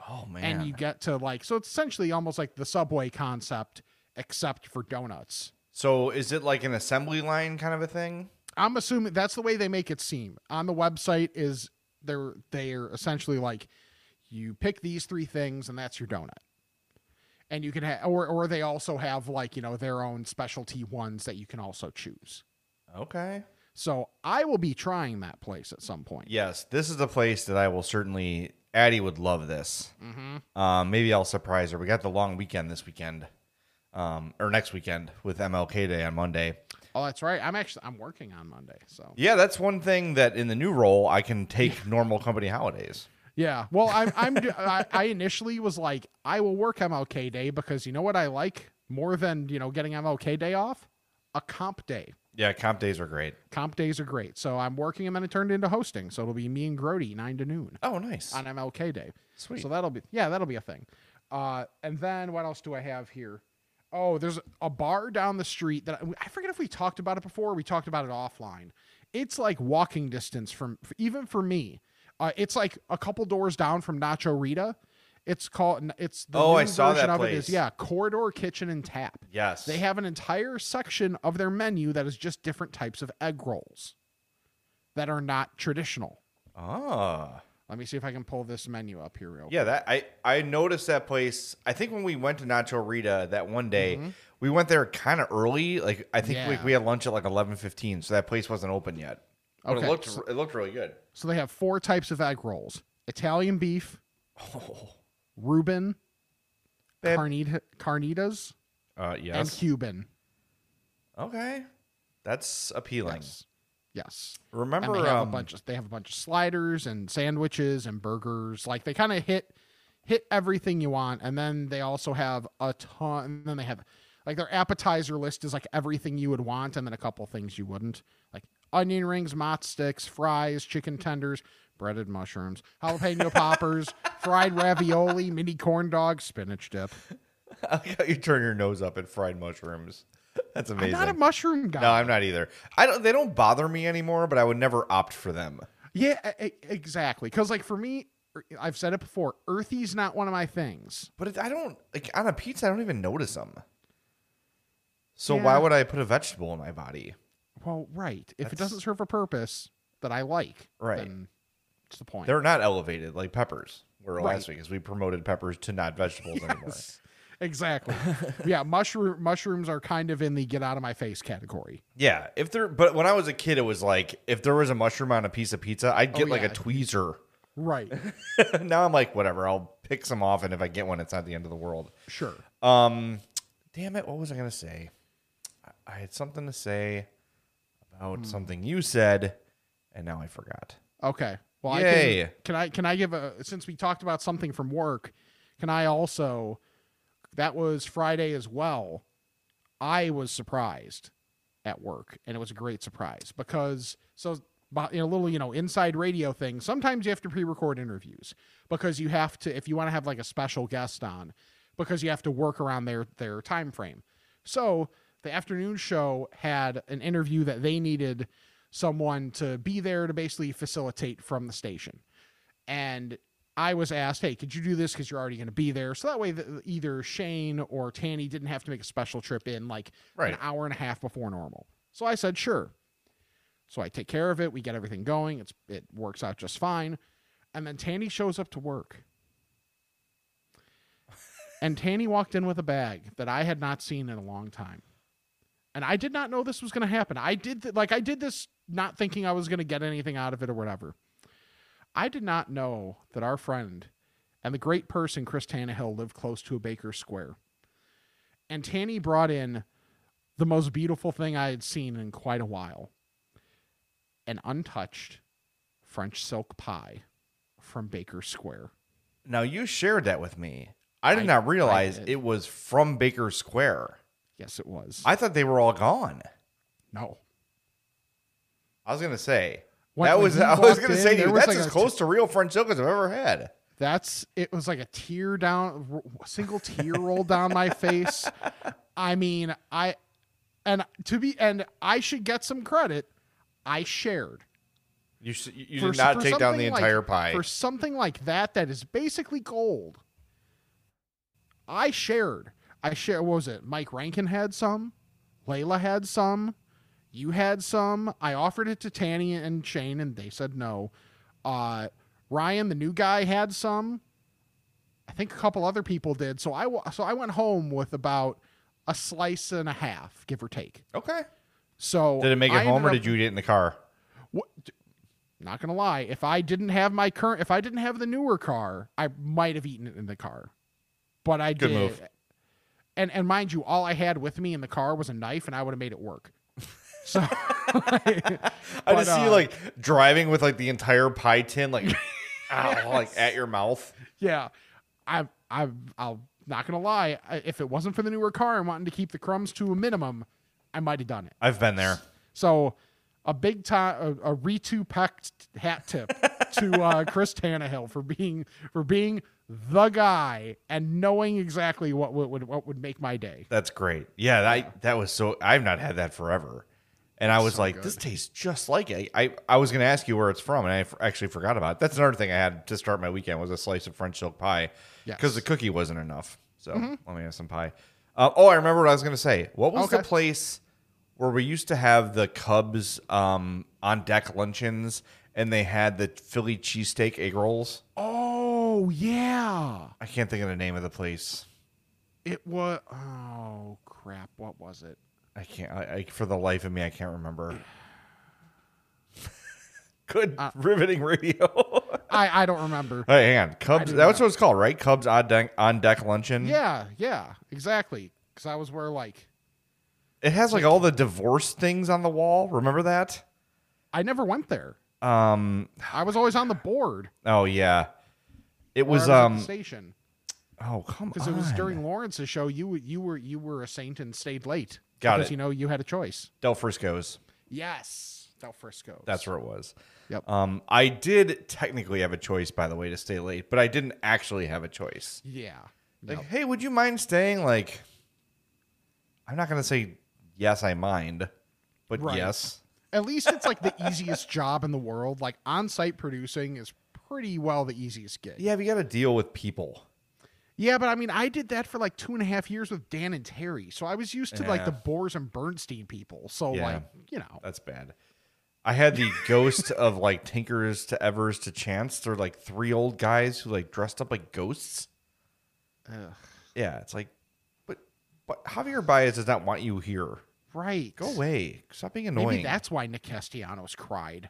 [SPEAKER 5] Oh man.
[SPEAKER 4] and you get to like so it's essentially almost like the subway concept except for donuts
[SPEAKER 5] so is it like an assembly line kind of a thing?
[SPEAKER 4] i'm assuming that's the way they make it seem on the website is they're they're essentially like you pick these three things and that's your donut and you can have or or they also have like you know their own specialty ones that you can also choose
[SPEAKER 5] Okay.
[SPEAKER 4] so i will be trying that place at some point
[SPEAKER 5] Yes, this is a place that I will certainly. Addie would love this. Um, maybe I'll surprise her. We got the long weekend this weekend, um, or next weekend with MLK Day on Monday.
[SPEAKER 4] oh that's right i'm actually i'm working on monday so
[SPEAKER 5] Yeah, that's one thing that in the new role I can take normal company holidays.
[SPEAKER 4] Yeah. Well, I'm, I'm, I, I initially was like, I will work MLK day because you know what I like more than, you know, getting MLK day off? A comp day.
[SPEAKER 5] Yeah, comp days are great.
[SPEAKER 4] Comp days are great. So I'm working and then it turned into hosting. So it'll be me and Grody, nine to noon
[SPEAKER 5] Oh, nice.
[SPEAKER 4] on MLK Day.
[SPEAKER 5] Sweet.
[SPEAKER 4] So that'll be yeah, that'll be a thing. Uh, and then what else do I have here? Oh, there's a bar down the street that I, I forget if we talked about it before. Or we talked about it offline. It's like walking distance from even for me. Uh, it's like a couple doors down from Nacho Rita. It's called. It's the
[SPEAKER 5] Oh,
[SPEAKER 4] new
[SPEAKER 5] I saw
[SPEAKER 4] version
[SPEAKER 5] that
[SPEAKER 4] of it is
[SPEAKER 5] place.
[SPEAKER 4] yeah, corridor kitchen and tap.
[SPEAKER 5] Yes.
[SPEAKER 4] They have an entire section of their menu that is just different types of egg rolls that are not traditional.
[SPEAKER 5] Ah.
[SPEAKER 4] Let me see if I can pull this menu up here real
[SPEAKER 5] Yeah, that I I noticed that place. I think when we went to Nacho Rita that one day, we went there kind of early. Like I think
[SPEAKER 4] Mm-hmm. Yeah.
[SPEAKER 5] like we had lunch at like eleven fifteen, so that place wasn't open yet. But
[SPEAKER 4] Okay.
[SPEAKER 5] it looked it looked really good.
[SPEAKER 4] So they have four types of egg rolls: Italian beef, Oh. Reuben,
[SPEAKER 5] That-
[SPEAKER 4] carnita, carnitas,
[SPEAKER 5] Uh,
[SPEAKER 4] and
[SPEAKER 5] yes.
[SPEAKER 4] Cuban.
[SPEAKER 5] okay, that's appealing.
[SPEAKER 4] Yes. Yes.
[SPEAKER 5] Remember,
[SPEAKER 4] and they have
[SPEAKER 5] um,
[SPEAKER 4] a bunch of they have a bunch of sliders and sandwiches and burgers. Like they kind of hit hit everything you want, and then they also have a ton. And then they have like their appetizer list is like everything you would want, and then a couple things you wouldn't. Like onion rings, mott sticks, fries, chicken tenders, breaded mushrooms, jalapeno
[SPEAKER 5] [LAUGHS]
[SPEAKER 4] poppers, fried ravioli, mini corn dogs, spinach dip.
[SPEAKER 5] [LAUGHS] I like how you turn your nose up at fried mushrooms. That's
[SPEAKER 4] I'm
[SPEAKER 5] amazing.
[SPEAKER 4] not a mushroom guy.
[SPEAKER 5] no, I'm not either. I don't. They don't bother me anymore, but I would never opt for them.
[SPEAKER 4] yeah, e- e- exactly. Because like for me, er- I've said it before, earthy's not one of my things.
[SPEAKER 5] But it, I don't like on a pizza. I don't even notice them. So
[SPEAKER 4] Yeah.
[SPEAKER 5] why would I put a vegetable in my body?
[SPEAKER 4] Well, right. If it
[SPEAKER 5] That's-
[SPEAKER 4] doesn't serve a purpose that I like,
[SPEAKER 5] Right.
[SPEAKER 4] then it's the point.
[SPEAKER 5] They're not elevated like peppers were last
[SPEAKER 4] Right.
[SPEAKER 5] week, as we promoted peppers to not vegetables anymore.
[SPEAKER 4] Exactly.
[SPEAKER 5] [LAUGHS]
[SPEAKER 4] yeah, mushroom mushrooms are kind of in the get out of my face category.
[SPEAKER 5] Yeah, if there. But when I was a kid, it was like if there was a mushroom on a piece of pizza, I'd get like
[SPEAKER 4] Oh, yeah.
[SPEAKER 5] a tweezer. [LAUGHS]
[SPEAKER 4] Right.
[SPEAKER 5] now I'm like, whatever. I'll pick some off, and if I get one, it's not the end of the world.
[SPEAKER 4] sure.
[SPEAKER 5] Um, damn it, what was I gonna say? I, I had something to say about
[SPEAKER 4] Hmm.
[SPEAKER 5] something you said, and now I forgot.
[SPEAKER 4] Okay. Well, I
[SPEAKER 5] Yay.
[SPEAKER 4] can, can I can I give a since we talked about something from work, can I also that was Friday as well. I was surprised at work and it was a great surprise because so but, you know, little you know inside radio thing sometimes you have to pre-record interviews because you have to if you want to have like a special guest on because you have to work around their their time frame so the afternoon show had an interview that they needed someone to be there to basically facilitate from the station and I was asked, "Hey, could you do this because you're already going to be there?" So that way, the, either Shane or Tanny didn't have to make a special trip in like
[SPEAKER 5] Right.
[SPEAKER 4] an hour and a half before normal. So I said, "Sure." So I take care of it. We get everything going. It's it works out just fine, and then Tanny shows up to work, and Tanny walked in with a bag that I had not seen in a long time, and I did not know this was going to happen. I did th- like I did this not thinking I was going to get anything out of it or whatever. I did not know that our friend and the great person Chris Tannehill lived close to a Baker Square. And Tanny brought in the most beautiful thing I had seen in quite a while an untouched French silk pie from Baker Square.
[SPEAKER 5] Now you shared that with me. I did
[SPEAKER 4] I-
[SPEAKER 5] not realize
[SPEAKER 4] I did.
[SPEAKER 5] it was from Baker Square.
[SPEAKER 4] Yes, it was.
[SPEAKER 5] I thought they were all gone.
[SPEAKER 4] no.
[SPEAKER 5] I was gonna say
[SPEAKER 4] When-
[SPEAKER 5] that
[SPEAKER 4] when
[SPEAKER 5] was.
[SPEAKER 4] he
[SPEAKER 5] I was
[SPEAKER 4] walked
[SPEAKER 5] gonna
[SPEAKER 4] in,
[SPEAKER 5] say
[SPEAKER 4] there
[SPEAKER 5] dude,
[SPEAKER 4] was
[SPEAKER 5] that's
[SPEAKER 4] like
[SPEAKER 5] as
[SPEAKER 4] a-
[SPEAKER 5] close to real French silk as I've ever had.
[SPEAKER 4] That's it was like a tear down r- single tear rolled down my face. I mean, I and to be and I should get some credit. I shared.
[SPEAKER 5] You s- you you
[SPEAKER 4] For
[SPEAKER 5] did
[SPEAKER 4] s-
[SPEAKER 5] not
[SPEAKER 4] for
[SPEAKER 5] take down the
[SPEAKER 4] something like-
[SPEAKER 5] entire pie.
[SPEAKER 4] For something like that that is basically gold. I shared. I share what was it? Mike Rankin had some. Layla had some. You had some. I offered it to Tanny and Shane and they said no. Uh Ryan, the new guy, had some. I think a couple other people did. So I wa- so I went home with about a slice and a half, give or take.
[SPEAKER 5] okay.
[SPEAKER 4] So
[SPEAKER 5] Did it make it
[SPEAKER 4] I ended
[SPEAKER 5] home or
[SPEAKER 4] up-
[SPEAKER 5] did you eat it in the car?
[SPEAKER 4] what, d- not gonna lie, if I didn't have my current, if I didn't have the newer car, I might have eaten it in the car. But I
[SPEAKER 5] Good
[SPEAKER 4] did.
[SPEAKER 5] move.
[SPEAKER 4] And and mind you, all I had with me in the car was a knife, and I would have made it work. So
[SPEAKER 5] I
[SPEAKER 4] But,
[SPEAKER 5] just see you
[SPEAKER 4] uh,
[SPEAKER 5] like driving with like the entire pie tin
[SPEAKER 4] [LAUGHS]
[SPEAKER 5] like [LAUGHS] ow, like at your mouth.
[SPEAKER 4] yeah, I I I'll not gonna lie. I- If it wasn't for the newer car and wanting to keep the crumbs to a minimum, I might have done it.
[SPEAKER 5] I've been there.
[SPEAKER 4] So a big time a, a Ritu packed hat tip to uh, Chris Tannehill for being for being the guy and knowing exactly what would would- what would make my day.
[SPEAKER 5] That's great. Yeah, that that was so I've not had that forever. And I was like, this tastes just like it. I, I was going to ask you where it's from, and I f- actually forgot about it. That's another thing I had to start my weekend was a slice of French silk pie
[SPEAKER 4] Yes. Mm-hmm.
[SPEAKER 5] because the cookie wasn't enough. So let me have some pie. Uh, oh, I remember what I was going to say. What was the
[SPEAKER 4] Okay.
[SPEAKER 5] place where we used to have the Cubs um, on deck luncheons, and they had the Philly cheesesteak egg rolls?
[SPEAKER 4] Oh yeah,
[SPEAKER 5] I can't think of the name of the place.
[SPEAKER 4] it was. Oh crap, what was it?
[SPEAKER 5] I can't. I, I for the life of me, I can't remember. [LAUGHS] Good
[SPEAKER 4] Uh,
[SPEAKER 5] riveting radio. [LAUGHS] All
[SPEAKER 4] I I don't remember.
[SPEAKER 5] right, hang on. Cubs. That's what it's called, right? Cubs on deck, on deck luncheon.
[SPEAKER 4] Yeah, yeah, exactly. Because I was where like
[SPEAKER 5] It has like all the divorce things on the wall. Remember that?
[SPEAKER 4] I never went there.
[SPEAKER 5] Um.
[SPEAKER 4] I was always on the board.
[SPEAKER 5] Oh yeah. It
[SPEAKER 4] or I
[SPEAKER 5] was
[SPEAKER 4] at the
[SPEAKER 5] um.
[SPEAKER 4] station
[SPEAKER 5] Oh come on.
[SPEAKER 4] because it was during Lawrence's show. You were- you were you were a saint and stayed late.
[SPEAKER 5] Got
[SPEAKER 4] because,
[SPEAKER 5] it.
[SPEAKER 4] You know you had a choice.
[SPEAKER 5] Del Frisco's.
[SPEAKER 4] Yes. Del Frisco's.
[SPEAKER 5] That's where it was.
[SPEAKER 4] Yep.
[SPEAKER 5] Um, I did technically have a choice, by the way, to stay late, but I didn't actually have a choice.
[SPEAKER 4] yeah.
[SPEAKER 5] Like,
[SPEAKER 4] Yep.
[SPEAKER 5] hey, would you mind staying? Like, I'm not gonna say yes, I mind, but
[SPEAKER 4] Right.
[SPEAKER 5] yes.
[SPEAKER 4] At least it's like the [LAUGHS] easiest job in the world. Like on site producing is pretty well the easiest gig.
[SPEAKER 5] Yeah, we got to deal with people.
[SPEAKER 4] Yeah, but I mean, I did that for like two and a half years with Dan and Terry, so I was used to like
[SPEAKER 5] Yeah.
[SPEAKER 4] the Boers and Bernstein people. So
[SPEAKER 5] Yeah.
[SPEAKER 4] like, you know,
[SPEAKER 5] That's bad. I
[SPEAKER 4] [LAUGHS]
[SPEAKER 5] had the ghost of like Tinkers to Evers to Chance. They're like three old guys who like dressed up like ghosts. Yeah, it's like, but but Javier Baez does not want you here.
[SPEAKER 4] right?
[SPEAKER 5] Go away. Stop being
[SPEAKER 4] Maybe
[SPEAKER 5] annoying.
[SPEAKER 4] that's why Nick Castellanos cried.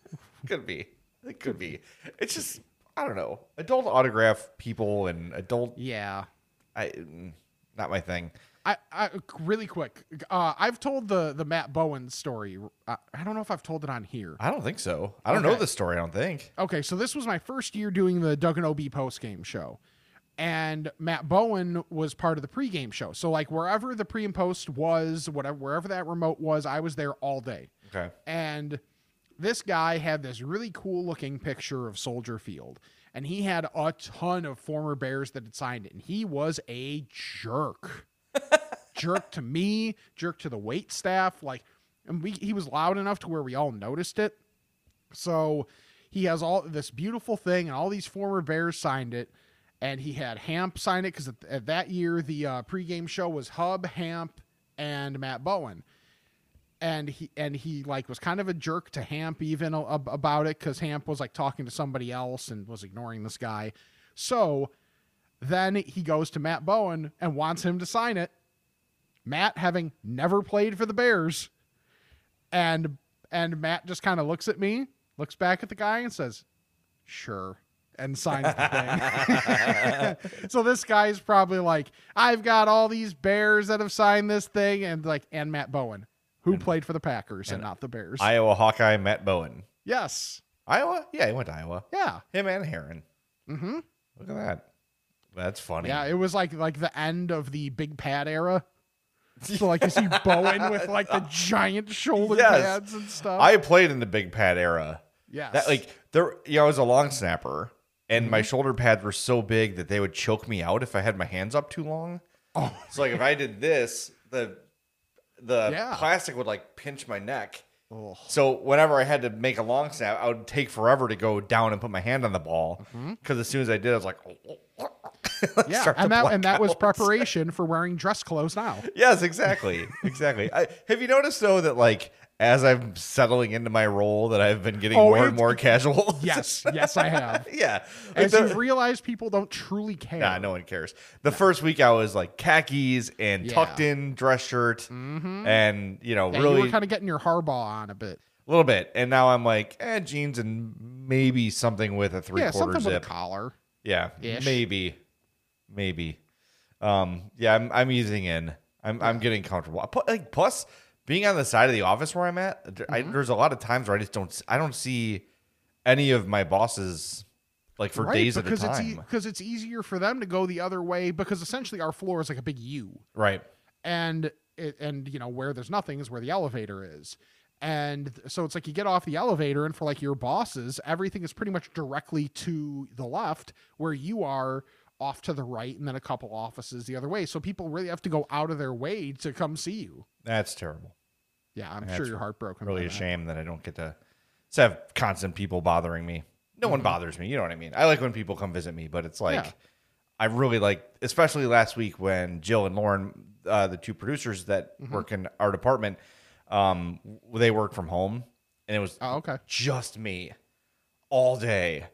[SPEAKER 5] [LAUGHS] could be. It could be. It's just I don't know. Adult autograph people and adult.
[SPEAKER 4] Yeah.
[SPEAKER 5] I mm, not my thing.
[SPEAKER 4] I, I really quick. Uh, I've told the the Matt Bowen story. I, I don't know if I've told it on here.
[SPEAKER 5] I don't think so. I don't know
[SPEAKER 4] Okay.
[SPEAKER 5] this story. I don't think.
[SPEAKER 4] Okay, so this was my first year doing the Doug and OB post game show. And Matt Bowen was part of the pregame show. So like wherever the pre and post was, whatever wherever that remote was, I was there all day.
[SPEAKER 5] Okay.
[SPEAKER 4] And this guy had this really cool looking picture of Soldier Field. And he had a ton of former Bears that had signed it. And he was a jerk. jerk to me, jerk to the wait staff. Like, and we, he was loud enough to where we all noticed it. So he has all this beautiful thing, and all these former Bears signed it. And he had Hamp sign it because at, at that year, the uh, pregame show was Hub, Hamp, and Matt Bowen and he and he like was kind of a jerk to Hamp even a- ab- about it because Hamp was like talking to somebody else and was ignoring this guy. So then he goes to Matt Bowen and wants him to sign it. Matt having never played for the Bears, and and Matt just kind of looks at me, looks back at the guy, and says, "Sure." And signs the thing. [LAUGHS] so this guy's probably like, I've got all these bears that have signed this thing, and like, and Matt Bowen, who played for the Packers and, not the Bears.
[SPEAKER 5] Iowa Hawkeye Matt Bowen.
[SPEAKER 4] yes,
[SPEAKER 5] Iowa? Yeah, he went to Iowa.
[SPEAKER 4] yeah,
[SPEAKER 5] Him and Heron.
[SPEAKER 4] mm-hmm.
[SPEAKER 5] Look at that. That's funny.
[SPEAKER 4] yeah. It was like like the end of the Big Pad
[SPEAKER 5] [LAUGHS]
[SPEAKER 4] era. So like you see Bowen with like the giant shoulder
[SPEAKER 5] Yes.
[SPEAKER 4] pads and stuff.
[SPEAKER 5] I played in the Big Pad era.
[SPEAKER 4] yes, Mm-hmm.
[SPEAKER 5] That like there, you know, I was a long snapper, and my shoulder pads were so big that they would choke me out if I had my hands up too long.
[SPEAKER 4] Oh.
[SPEAKER 5] so like if I did this, the the
[SPEAKER 4] Yeah.
[SPEAKER 5] plastic would like pinch my neck. [LAUGHS]
[SPEAKER 4] Ugh.
[SPEAKER 5] So whenever I had to make a long snap, I would take forever to go down and put my hand on the ball because as soon as I did, I was like,
[SPEAKER 4] Mm-hmm.
[SPEAKER 5] [LAUGHS]
[SPEAKER 4] yeah,
[SPEAKER 5] start to
[SPEAKER 4] and that and
[SPEAKER 5] black
[SPEAKER 4] that was
[SPEAKER 5] out.
[SPEAKER 4] preparation for wearing dress clothes
[SPEAKER 5] [LAUGHS]
[SPEAKER 4] now.
[SPEAKER 5] Yes, exactly, exactly. I, have you noticed though that like as I'm settling into my role, that I've been getting
[SPEAKER 4] Oh,
[SPEAKER 5] more and
[SPEAKER 4] it's-
[SPEAKER 5] more casual. [LAUGHS]
[SPEAKER 4] Yes, yes, I have.
[SPEAKER 5] yeah. [LAUGHS] Like,
[SPEAKER 4] As
[SPEAKER 5] the-
[SPEAKER 4] you realize, people don't truly care.
[SPEAKER 5] Nah, no one cares. The first week I was like khakis and
[SPEAKER 4] Yeah. Mm-hmm.
[SPEAKER 5] tucked in dress shirt, and you know,
[SPEAKER 4] Yeah, you
[SPEAKER 5] really
[SPEAKER 4] were kind of getting your Harbaugh on a bit.
[SPEAKER 5] a little bit. And now I'm like eh, jeans and maybe something with a three
[SPEAKER 4] Yeah,
[SPEAKER 5] quarter
[SPEAKER 4] something with a
[SPEAKER 5] zip.
[SPEAKER 4] collar.
[SPEAKER 5] yeah,
[SPEAKER 4] Ish.
[SPEAKER 5] maybe, maybe. Um, yeah, I'm I'm easing in. I'm I'm getting comfortable. I put, like plus being on the side of the office where I'm at, th-
[SPEAKER 4] Mm-hmm.
[SPEAKER 5] I, there's a lot of times where I just don't s- I don't see any of my bosses like for
[SPEAKER 4] right,
[SPEAKER 5] days at a
[SPEAKER 4] because it's e
[SPEAKER 5] time.
[SPEAKER 4] because it's easier for them to go the other way because essentially our floor is like a big U,
[SPEAKER 5] right.
[SPEAKER 4] and it, and you know where there's nothing is where the elevator is. And th- so it's like you get off the elevator, and for like your bosses, everything is pretty much directly to the left, where you are off to the right, and then a couple offices the other way. So people really have to go out of their way to come see you.
[SPEAKER 5] That's terrible.
[SPEAKER 4] Yeah, I'm sure
[SPEAKER 5] That's
[SPEAKER 4] you're heartbroken. by
[SPEAKER 5] really a
[SPEAKER 4] that.
[SPEAKER 5] shame that I don't get to, to have constant people bothering me. No one bothers me. You know what I mean? I like when people come visit me, but it's like
[SPEAKER 4] Mm-hmm. Yeah.
[SPEAKER 5] I really like, especially last week when Jill and Lauren, uh, the two producers that
[SPEAKER 4] Mm-hmm.
[SPEAKER 5] work in our department, um, w- they work from home, and it was
[SPEAKER 4] Oh, okay.
[SPEAKER 5] just me all day.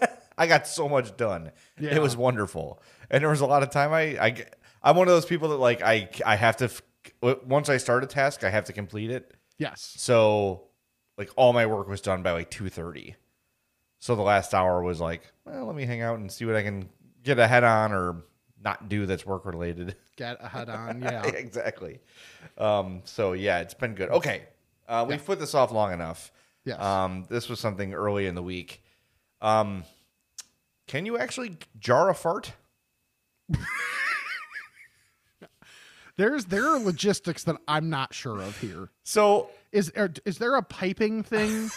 [SPEAKER 5] [LAUGHS] I got so much done.
[SPEAKER 4] Yeah.
[SPEAKER 5] It was wonderful. And there was a lot of time I, I get- I'm one of those people that like I I have to f- w- once I start a task, I have to complete it.
[SPEAKER 4] Yes.
[SPEAKER 5] So like all my work was done by like 2:30. So the last hour was like, well, let me hang out and see what I can get ahead on or not do that's work related. [LAUGHS]
[SPEAKER 4] Get a head on. [LAUGHS] Yeah.
[SPEAKER 5] exactly. Um, so yeah, it's been good. Okay, uh, we've put this off long enough.
[SPEAKER 4] Yes.
[SPEAKER 5] Um, this was something early in the week. Um, can you actually jar a fart?
[SPEAKER 4] There's there are logistics that I'm not sure of here.
[SPEAKER 5] So
[SPEAKER 4] Is er, is there a piping thing?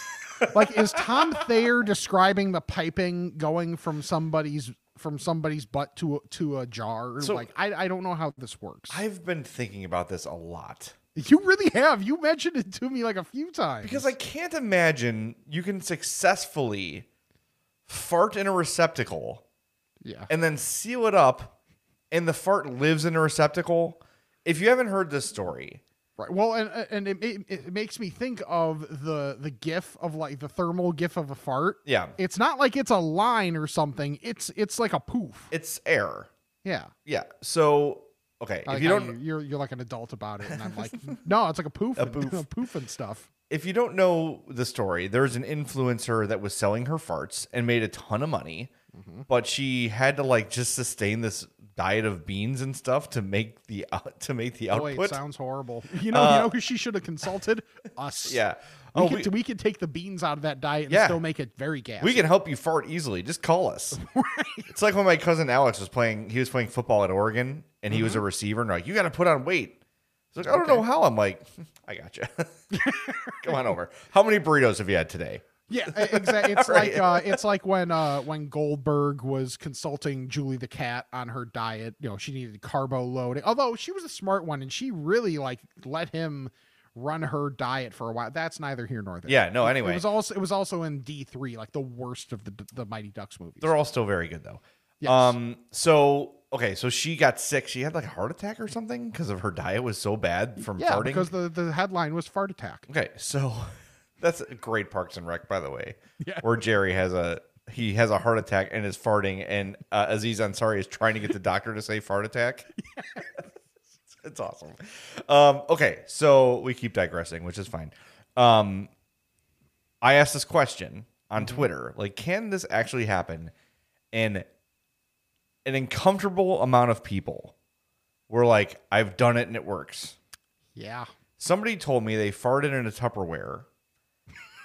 [SPEAKER 4] like is
[SPEAKER 5] [LAUGHS]
[SPEAKER 4] Tom Thayer describing the piping going from somebody's from somebody's butt to a, to a jar?
[SPEAKER 5] So-
[SPEAKER 4] like I I don't know how this works.
[SPEAKER 5] I've been thinking about this a lot.
[SPEAKER 4] you really have. You mentioned it to me like a few times.
[SPEAKER 5] Because I can't imagine you can successfully fart in a receptacle
[SPEAKER 4] yeah.
[SPEAKER 5] and then seal it up and the fart lives in a receptacle. If you haven't heard this story,
[SPEAKER 4] Right. Well, and and it, it, it makes me think of the the gif of like the thermal gif of a fart.
[SPEAKER 5] Yeah.
[SPEAKER 4] It's not like it's a line or something. It's it's like a poof.
[SPEAKER 5] it's air.
[SPEAKER 4] Yeah.
[SPEAKER 5] Yeah. So, okay,
[SPEAKER 4] I
[SPEAKER 5] if
[SPEAKER 4] like
[SPEAKER 5] you
[SPEAKER 4] how
[SPEAKER 5] don't
[SPEAKER 4] you're you're like an adult about it, and I'm
[SPEAKER 5] [LAUGHS]
[SPEAKER 4] like, no, it's like a poof, a
[SPEAKER 5] poof.
[SPEAKER 4] a poof and [LAUGHS] stuff.
[SPEAKER 5] if you don't know the story, there's an influencer that was selling her farts and made a ton of money,
[SPEAKER 4] Mm-hmm.
[SPEAKER 5] but she had to like just sustain this diet of beans and stuff to make the out to make the
[SPEAKER 4] Boy, it
[SPEAKER 5] output.
[SPEAKER 4] Oh,
[SPEAKER 5] Uh,
[SPEAKER 4] sounds horrible. [LAUGHS] You know, you know who she should have consulted us.
[SPEAKER 5] [LAUGHS] yeah.
[SPEAKER 4] We,
[SPEAKER 5] Oh,
[SPEAKER 4] could,
[SPEAKER 5] we,
[SPEAKER 4] we, could take the beans out of that diet and
[SPEAKER 5] Yeah.
[SPEAKER 4] still make it very gas.
[SPEAKER 5] we can help you fart easily. Just call us. It's like when my cousin Alex was playing. He was playing football at Oregon, and he was a
[SPEAKER 4] Mm-hmm.
[SPEAKER 5] receiver. And they're like, you got to put on weight. He's like, I don't know how. I'm like, I gotcha. [LAUGHS] Come on over. How many burritos have you had today?
[SPEAKER 4] [LAUGHS] Yeah, exactly.
[SPEAKER 5] [LAUGHS]
[SPEAKER 4] It's like uh, it's like when uh, when Goldberg was consulting Julie the cat on her diet. You know, she needed carbo loading. Although she was a smart one, and she really like let him run her diet for a while. That's neither here nor there.
[SPEAKER 5] Yeah. No. Anyway,
[SPEAKER 4] It was also it was also in D three, like the worst of the the Mighty Ducks movies.
[SPEAKER 5] They're all still very good though.
[SPEAKER 4] Yes.
[SPEAKER 5] Um. So okay. So she got sick. She had like a heart attack or something because of her diet was so bad from
[SPEAKER 4] yeah,
[SPEAKER 5] farting.
[SPEAKER 4] because the, the headline was fart attack.
[SPEAKER 5] okay. So [LAUGHS] that's a great Parks and Rec, by the way.
[SPEAKER 4] Yeah.
[SPEAKER 5] Where Jerry has a he has a heart attack and is farting, and uh, Aziz Ansari is trying to get the doctor to say fart attack. [LAUGHS] it's awesome. Um. Okay. So we keep digressing, which is fine. Um. I asked this question on Twitter, like, can this actually happen? And an uncomfortable amount of people were like, I've done it and it works.
[SPEAKER 4] Yeah,
[SPEAKER 5] Somebody told me they farted in a Tupperware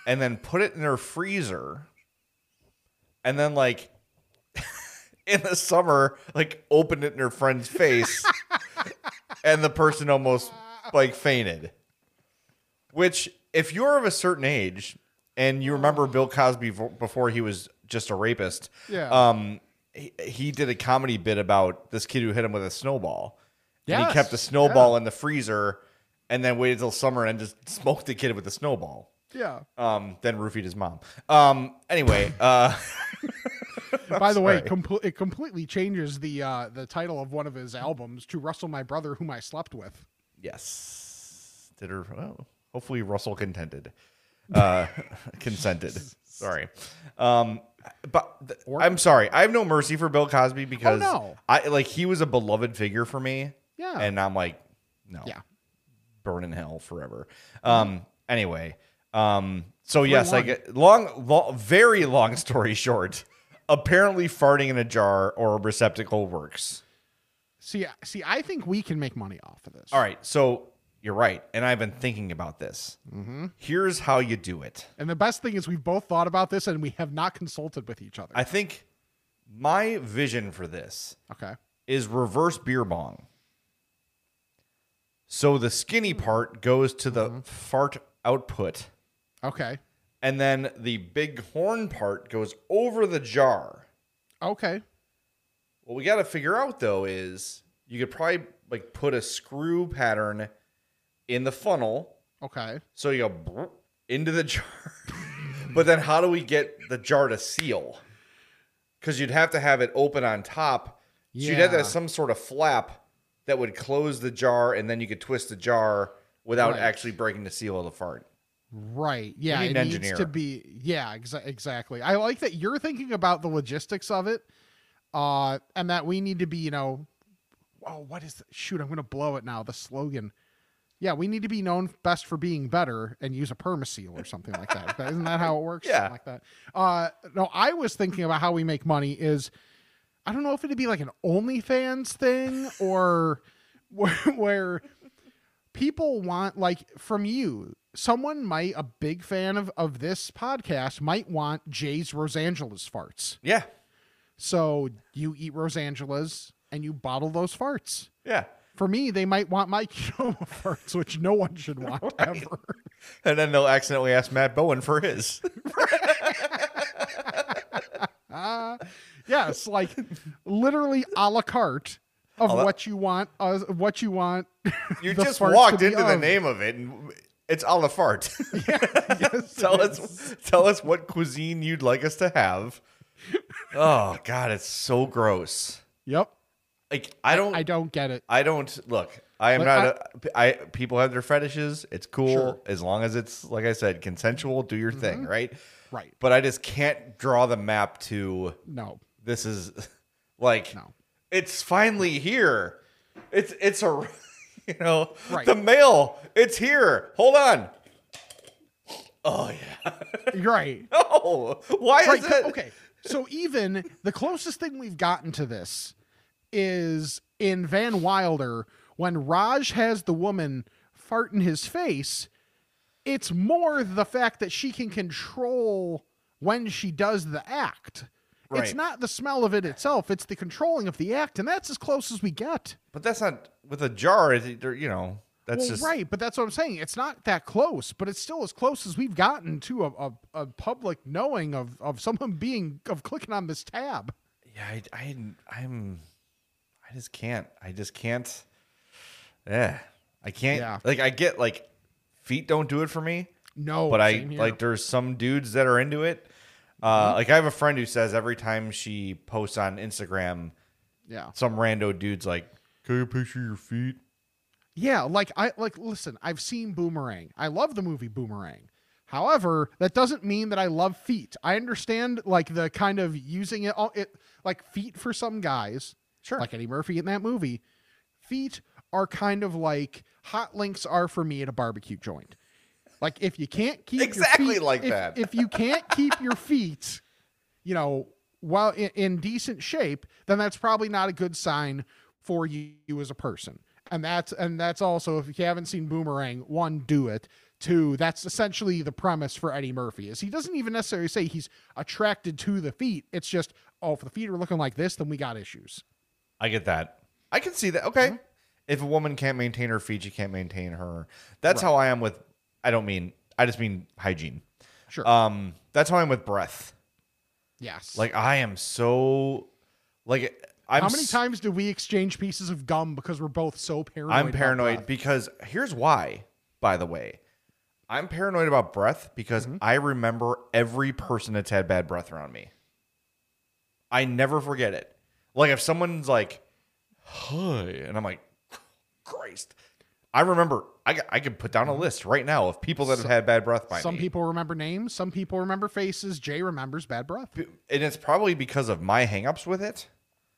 [SPEAKER 5] and then put it in their freezer and then like [LAUGHS] in the summer, like opened it in their friend's face and the person almost like fainted. Which if you're of a certain age and you remember Bill Cosby vo- before he was just a rapist,
[SPEAKER 4] Yeah.
[SPEAKER 5] um he, he did a comedy bit about this kid who hit him with a snowball. And
[SPEAKER 4] Yes.
[SPEAKER 5] he kept the snowball in the freezer and then waited till summer and just smoked the kid with the snowball. [LAUGHS]
[SPEAKER 4] yeah.
[SPEAKER 5] Um, then roofied his mom. Um, anyway, uh, [LAUGHS]
[SPEAKER 4] By the way,
[SPEAKER 5] sorry.
[SPEAKER 4] comple- it completely changes the uh, the title of one of his albums to "Russell, My Brother, Whom I Slept With."
[SPEAKER 5] yes, did her. Well, hopefully, Russell contented, uh, [LAUGHS]
[SPEAKER 4] [LAUGHS]
[SPEAKER 5] consented. Sorry, um, but th-
[SPEAKER 4] Or- Oh,
[SPEAKER 5] I'm sorry. I have no mercy for Bill Cosby because
[SPEAKER 4] no.
[SPEAKER 5] I like he was a beloved figure for me.
[SPEAKER 4] Yeah.
[SPEAKER 5] and I'm like, no,
[SPEAKER 4] Yeah.
[SPEAKER 5] burn in hell forever. Um, anyway, um, so yes, I
[SPEAKER 4] one.
[SPEAKER 5] get long, long, very long story short. Apparently, farting in a jar or a receptacle works.
[SPEAKER 4] See, see, I think we can make money off of this.
[SPEAKER 5] All right, so you're right, and I've been thinking about this. Here's how you do it.
[SPEAKER 4] And the best thing is we've both thought about this and we have not consulted with each other.
[SPEAKER 5] I think my vision for this
[SPEAKER 4] okay.
[SPEAKER 5] is reverse beer bong. So the skinny part goes to the fart output,
[SPEAKER 4] Okay.
[SPEAKER 5] and then the big horn part goes over the jar.
[SPEAKER 4] Okay.
[SPEAKER 5] What we got to figure out though is you could probably like put a screw pattern in the funnel
[SPEAKER 4] Okay.
[SPEAKER 5] So you go [LAUGHS] brrrt into the jar. but then how do we get the jar to seal? Because you'd have to have it open on top. So you'd have
[SPEAKER 4] Yeah.
[SPEAKER 5] to have some sort of flap that would close the jar and then you could twist the jar without
[SPEAKER 4] Right.
[SPEAKER 5] actually breaking the seal of the fart.
[SPEAKER 4] Right. Yeah.
[SPEAKER 5] need
[SPEAKER 4] It
[SPEAKER 5] an
[SPEAKER 4] needs to
[SPEAKER 5] engineer.
[SPEAKER 4] be. Yeah. Exa- exactly. I like that you're thinking about the logistics of it, uh, and that we need to be, you know, oh, what is? The, shoot, I'm going to blow it now. The slogan. Yeah, we need to be known best for being better and use a permaseal or something like that. Isn't that how it works?
[SPEAKER 5] Yeah.
[SPEAKER 4] Something like that. Uh, no, I was thinking about how we make money is I don't know if it'd be like an OnlyFans thing or [LAUGHS] where, where people want like from you. Someone might a big fan of of this podcast might want Jay's Rosangelas farts.
[SPEAKER 5] Yeah.
[SPEAKER 4] So you eat Rosangelas and you bottle those farts.
[SPEAKER 5] Yeah.
[SPEAKER 4] [LAUGHS] For me, they might want my Kiowa farts, which no one should want ever.
[SPEAKER 5] and then they'll accidentally ask Matt Bowen for his. [LAUGHS]
[SPEAKER 4] Yes, like literally a la carte of
[SPEAKER 5] la-
[SPEAKER 4] what you want, uh, what you want. [LAUGHS]
[SPEAKER 5] You
[SPEAKER 4] The
[SPEAKER 5] just
[SPEAKER 4] farts to
[SPEAKER 5] walked
[SPEAKER 4] be
[SPEAKER 5] into the
[SPEAKER 4] of.
[SPEAKER 5] name of it, and it's a
[SPEAKER 4] [LAUGHS]
[SPEAKER 5] la fart. [LAUGHS]
[SPEAKER 4] Yes,
[SPEAKER 5] tell
[SPEAKER 4] it is.
[SPEAKER 5] us, tell us what cuisine you'd like us to have. Oh God, it's so gross.
[SPEAKER 4] Yep,
[SPEAKER 5] Like I don't,
[SPEAKER 4] I don't get it.
[SPEAKER 5] I don't look. I am
[SPEAKER 4] But
[SPEAKER 5] not. a- I people have their fetishes. It's cool
[SPEAKER 4] Sure. Mm-hmm.
[SPEAKER 5] as long as it's like I said, consensual. Do your thing, right?
[SPEAKER 4] Right?
[SPEAKER 5] But I just can't draw the map to
[SPEAKER 4] No,
[SPEAKER 5] this is [LAUGHS] like
[SPEAKER 4] No.
[SPEAKER 5] it's finally here. It's it's a [LAUGHS] you know
[SPEAKER 4] Right.
[SPEAKER 5] the mail. It's here. Hold on. Oh yeah. [LAUGHS]
[SPEAKER 4] you're right.
[SPEAKER 5] Oh, why
[SPEAKER 4] right,
[SPEAKER 5] is
[SPEAKER 4] 'cause-
[SPEAKER 5] that?
[SPEAKER 4] okay. So even the closest thing we've gotten to this is in Van Wilder when Raj has the woman fart in his face. It's more the fact that she can control when she does the act. It's
[SPEAKER 5] Right.
[SPEAKER 4] not the smell of it itself; it's the controlling of the act, and that's as close as we get.
[SPEAKER 5] But that's not with a jar. it- there- You know, that's
[SPEAKER 4] well,
[SPEAKER 5] just
[SPEAKER 4] right, but that's what I'm saying. It's not that close, but it's still as close as we've gotten to a, a, a public knowing of of someone being of clicking on this tab.
[SPEAKER 5] Yeah, I, I, I'm, I just can't. I just can't. Yeah, I can't.
[SPEAKER 4] Yeah.
[SPEAKER 5] Like I get like feet don't do it for me,
[SPEAKER 4] No,
[SPEAKER 5] but I
[SPEAKER 4] Oh, same here. Mm-hmm.
[SPEAKER 5] like there's some dudes that are into it. Uh, Like I have a friend who says every time she posts on Instagram,
[SPEAKER 4] yeah,
[SPEAKER 5] some rando dude's like, "Can you picture your feet?"
[SPEAKER 4] yeah. Like I like listen. I've seen Boomerang. I love the movie Boomerang. However, that doesn't mean that I love feet. I understand like the kind of using it all it like feet for some guys.
[SPEAKER 5] Sure.
[SPEAKER 4] Like Eddie Murphy in that movie, feet are kind of like hot links are for me at a barbecue joint. Like if you can't keep your
[SPEAKER 5] Exactly
[SPEAKER 4] feet-
[SPEAKER 5] like
[SPEAKER 4] if-
[SPEAKER 5] that.
[SPEAKER 4] If you can't keep your feet, you know, while in, in decent shape, then that's probably not a good sign for you, you as a person. And that's and that's also if you haven't seen Boomerang, one, do it. Two, that's essentially the premise for Eddie Murphy is he doesn't even necessarily say he's attracted to the feet. It's just, oh, if the feet are looking like this, then we got issues.
[SPEAKER 5] I get that. I can see that.
[SPEAKER 4] Mm-hmm.
[SPEAKER 5] Okay. If a woman can't maintain her feet, she can't maintain her. That's how I am with. I don't mean. I just mean hygiene.
[SPEAKER 4] Sure.
[SPEAKER 5] Um, that's how I'm with breath.
[SPEAKER 4] yes.
[SPEAKER 5] Like I am so, like I'm.
[SPEAKER 4] How many
[SPEAKER 5] s-
[SPEAKER 4] times do we exchange pieces of gum because we're both so paranoid?
[SPEAKER 5] I'm
[SPEAKER 4] about
[SPEAKER 5] paranoid
[SPEAKER 4] breath?
[SPEAKER 5] because here's why. By the way, I'm paranoid about breath because
[SPEAKER 4] Mm-hmm.
[SPEAKER 5] I remember every person that's had bad breath around me. I never forget it. Like if someone's like, "Hi," and I'm like, "Christ," I remember. I c- I could put down a list right now of people that have had bad breath by
[SPEAKER 4] Mm-hmm. Some
[SPEAKER 5] me.
[SPEAKER 4] people remember names, some people remember faces. Jay remembers bad breath.
[SPEAKER 5] and it's probably because of my hangups with it.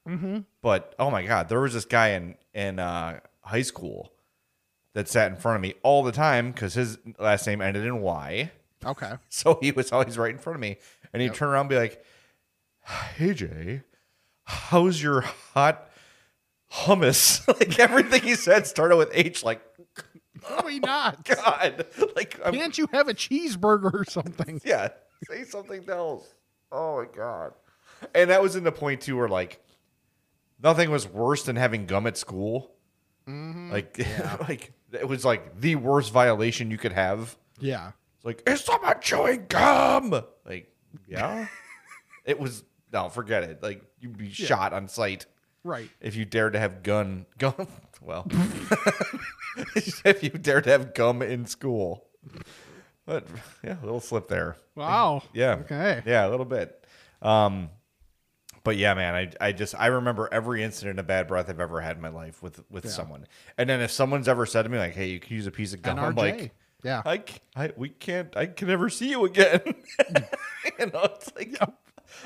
[SPEAKER 5] Mm-hmm. But oh my god, there was this guy in in uh, high school that sat in front of me all the time because his last name ended in Y, [LAUGHS]
[SPEAKER 4] Okay.
[SPEAKER 5] so he was always right in front of me, and he'd turn around and be like, "Hey Jay, how's your hot hummus?" [LAUGHS] like everything he said started with H. Like
[SPEAKER 4] No, he not.
[SPEAKER 5] Oh, God, [LAUGHS] like I'm,
[SPEAKER 4] Can't you have a cheeseburger or something?
[SPEAKER 5] [LAUGHS] yeah, say something else. Oh my god. And that was in the point too where like nothing was worse than having gum at school. Like, [LAUGHS] like it was like the worst violation you could have.
[SPEAKER 4] Yeah.
[SPEAKER 5] It's like is someone chewing gum? Like, yeah. it was no, forget it. Like you'd be shot on sight
[SPEAKER 4] Right.
[SPEAKER 5] if you dared to have gun gum. [LAUGHS] Well, if you dared to have gum in school. But yeah, a little slip there.
[SPEAKER 4] Wow.
[SPEAKER 5] Yeah.
[SPEAKER 4] Okay.
[SPEAKER 5] Yeah, a little bit. Um, but yeah, man, I, I just I remember every incident of bad breath I've ever had in my life with with someone. And then if someone's ever said to me like, "Hey, you can use a piece of gum," I'm
[SPEAKER 4] NRJ.
[SPEAKER 5] like,
[SPEAKER 4] yeah.
[SPEAKER 5] I, c- I- we can't. I can never see
[SPEAKER 4] [LAUGHS]
[SPEAKER 5] you again." [LAUGHS] you know, it's like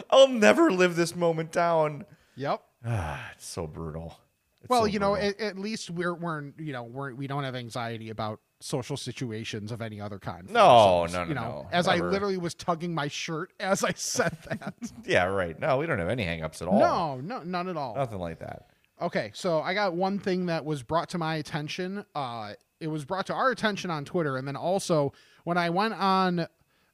[SPEAKER 5] I'll never live this moment down.
[SPEAKER 4] yep.
[SPEAKER 5] It's so brutal. It's
[SPEAKER 4] Well,
[SPEAKER 5] so
[SPEAKER 4] you know,
[SPEAKER 5] brutal.
[SPEAKER 4] at, at least we're we're you know we're we don't have anxiety about social situations of any other kind. for
[SPEAKER 5] No,
[SPEAKER 4] ourselves,
[SPEAKER 5] no, no,
[SPEAKER 4] You know,
[SPEAKER 5] no.
[SPEAKER 4] as I
[SPEAKER 5] Never.
[SPEAKER 4] literally was tugging my shirt as I said
[SPEAKER 5] [LAUGHS]
[SPEAKER 4] that.
[SPEAKER 5] yeah, right. No, we don't have any hangups at all.
[SPEAKER 4] no, no, none at all.
[SPEAKER 5] nothing like that.
[SPEAKER 4] Okay, so I got one thing that was brought to my attention. Uh, it was brought to our attention on Twitter, and then also when I went on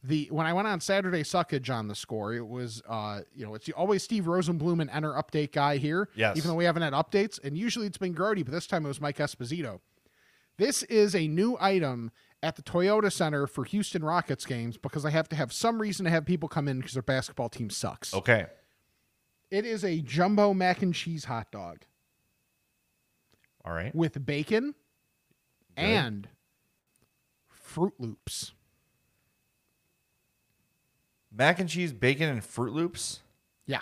[SPEAKER 4] the when I went on Saturday Suckage on the score, it was uh, you know it's always Steve Rosenblum and enter update guy here.
[SPEAKER 5] Yes.
[SPEAKER 4] even though we haven't had updates, and usually it's been Grody, but this time it was Mike Esposito. This is a new item at the Toyota Center for Houston Rockets games because I have to have some reason to have people come in because their basketball team sucks.
[SPEAKER 5] Okay.
[SPEAKER 4] It is a jumbo mac and cheese hot dog
[SPEAKER 5] All right.
[SPEAKER 4] with bacon and Fruit Loops.
[SPEAKER 5] Mac and cheese, bacon, and Fruit Loops.
[SPEAKER 4] Yeah.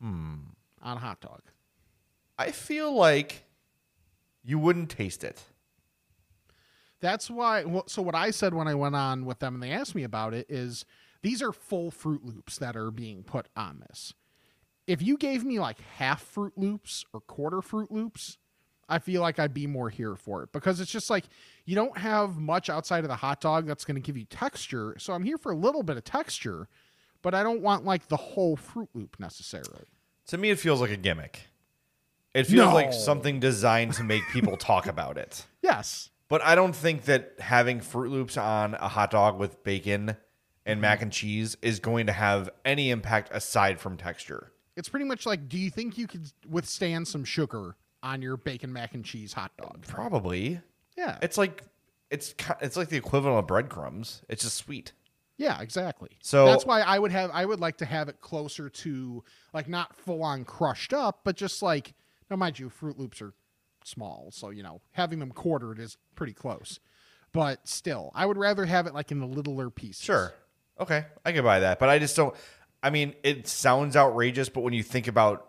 [SPEAKER 4] Hmm. On a hot dog.
[SPEAKER 5] I feel like you wouldn't taste it.
[SPEAKER 4] That's why. Well, so what I said when I went on with them and they asked me about it is these are full Fruit Loops that are being put on this. If you gave me like half Fruit Loops or quarter Fruit Loops, I feel like I'd be more here for it because it's just like you don't have much outside of the hot dog that's going to give you texture. So I'm here for a little bit of texture, but I don't want like the whole Fruit Loop necessarily.
[SPEAKER 5] To me, it feels like a gimmick. It feels
[SPEAKER 4] No.
[SPEAKER 5] like something designed to make people talk about it.
[SPEAKER 4] Yes.
[SPEAKER 5] But I don't think that having Fruit Loops on a hot dog with bacon and mac and cheese is going to have any impact aside from texture.
[SPEAKER 4] It's pretty much like, do you think you could withstand some sugar on your bacon mac and cheese hot dog?
[SPEAKER 5] Probably.
[SPEAKER 4] Yeah.
[SPEAKER 5] It's like it's ki- it's like the equivalent of breadcrumbs. It's just sweet.
[SPEAKER 4] Yeah, exactly.
[SPEAKER 5] So-
[SPEAKER 4] that's why I would have I would like to have it closer to like not full on crushed up, but just like now mind you, Fruit Loops are small, so you know, having them quartered is pretty close. But still, I would rather have it like in the littler pieces.
[SPEAKER 5] Sure. Okay, I can buy that, but I just don't. I mean, it sounds outrageous, but when you think about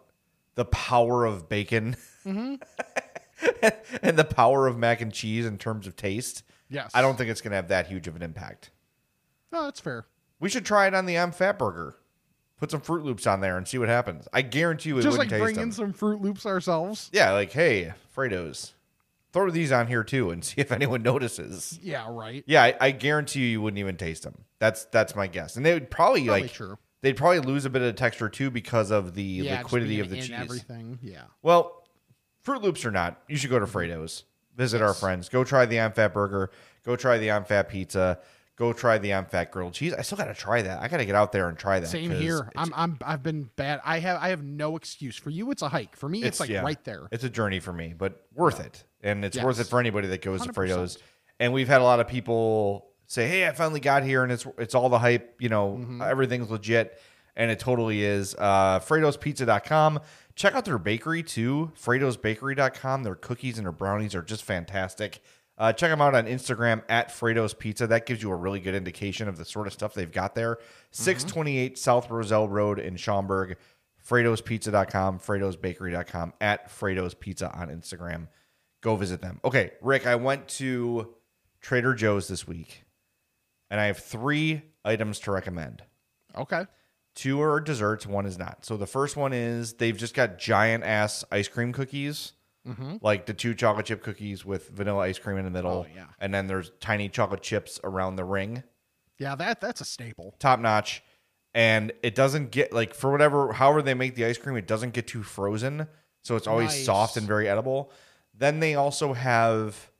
[SPEAKER 5] the power of bacon
[SPEAKER 4] Mm-hmm.
[SPEAKER 5] [LAUGHS] and the power of mac and cheese in terms of taste,
[SPEAKER 4] Yes.
[SPEAKER 5] I don't think it's going to have that huge of an impact.
[SPEAKER 4] No, that's fair.
[SPEAKER 5] We should try it on the I'm Fat Burger. Put some Fruit Loops on there and see what happens. I guarantee you it
[SPEAKER 4] just like
[SPEAKER 5] wouldn't taste
[SPEAKER 4] bring
[SPEAKER 5] them.
[SPEAKER 4] in some Fruit Loops ourselves.
[SPEAKER 5] yeah, like hey, Fredos, throw these on here too and [LAUGHS] see if anyone notices.
[SPEAKER 4] Yeah, right.
[SPEAKER 5] Yeah, I, I guarantee you, you wouldn't even taste them. That's that's my guess. And they would probably,
[SPEAKER 4] Probably
[SPEAKER 5] like
[SPEAKER 4] true.
[SPEAKER 5] they'd probably lose a bit of texture too because of the
[SPEAKER 4] Yeah, just
[SPEAKER 5] liquidity
[SPEAKER 4] being
[SPEAKER 5] of the
[SPEAKER 4] in
[SPEAKER 5] cheese.
[SPEAKER 4] Everything. Yeah.
[SPEAKER 5] Well, Fruit Loops or not, you should go
[SPEAKER 4] Mm-hmm.
[SPEAKER 5] to Fredo's. Visit our friends. Go try the I'm Fat Burger. Go try the I'm Fat Pizza. Go try the I'm Fat Grilled Cheese. I still gotta try that. I gotta get out there and try that.
[SPEAKER 4] Same
[SPEAKER 5] 'cause
[SPEAKER 4] here.
[SPEAKER 5] it's-
[SPEAKER 4] I'm I'm I've been bad. I have I have no excuse. For you it's a hike. For me it's, like
[SPEAKER 5] yeah,
[SPEAKER 4] right there.
[SPEAKER 5] It's a journey for me, but worth it. And it's worth it
[SPEAKER 4] Yes.
[SPEAKER 5] for anybody that goes to
[SPEAKER 4] 100%.
[SPEAKER 5] Fredo's. And we've had a lot of people say, "Hey, I finally got here, and it's it's all the hype. You know, everything's legit." And it totally is. Uh, Fredo'sPizza.com. Check out their bakery too. Fredo'sBakery.com. Their cookies and their brownies are just fantastic. Uh, check them out on Instagram at Fredo's Pizza. That gives you a really good indication of the sort of stuff they've got there. 628 South Roselle Road in Schaumburg. Fredo'sPizza.com, Fredo'sBakery.com, at Fredo's Pizza on Instagram. Go visit them. Okay, Rick, I went to Trader Joe's this week, and I have three items to recommend.
[SPEAKER 4] Okay.
[SPEAKER 5] Two are desserts, one is not. So the first one is they've just got giant ass ice cream cookies, like the two chocolate chip cookies with vanilla ice cream in the middle.
[SPEAKER 4] Mm-hmm. Oh, yeah.
[SPEAKER 5] And then there's tiny chocolate chips around the ring
[SPEAKER 4] Yeah, that that's a staple.
[SPEAKER 5] top notch and it doesn't get like for whatever however they make the ice cream it doesn't get too frozen so it's always
[SPEAKER 4] Nice.
[SPEAKER 5] soft and very edible then they also have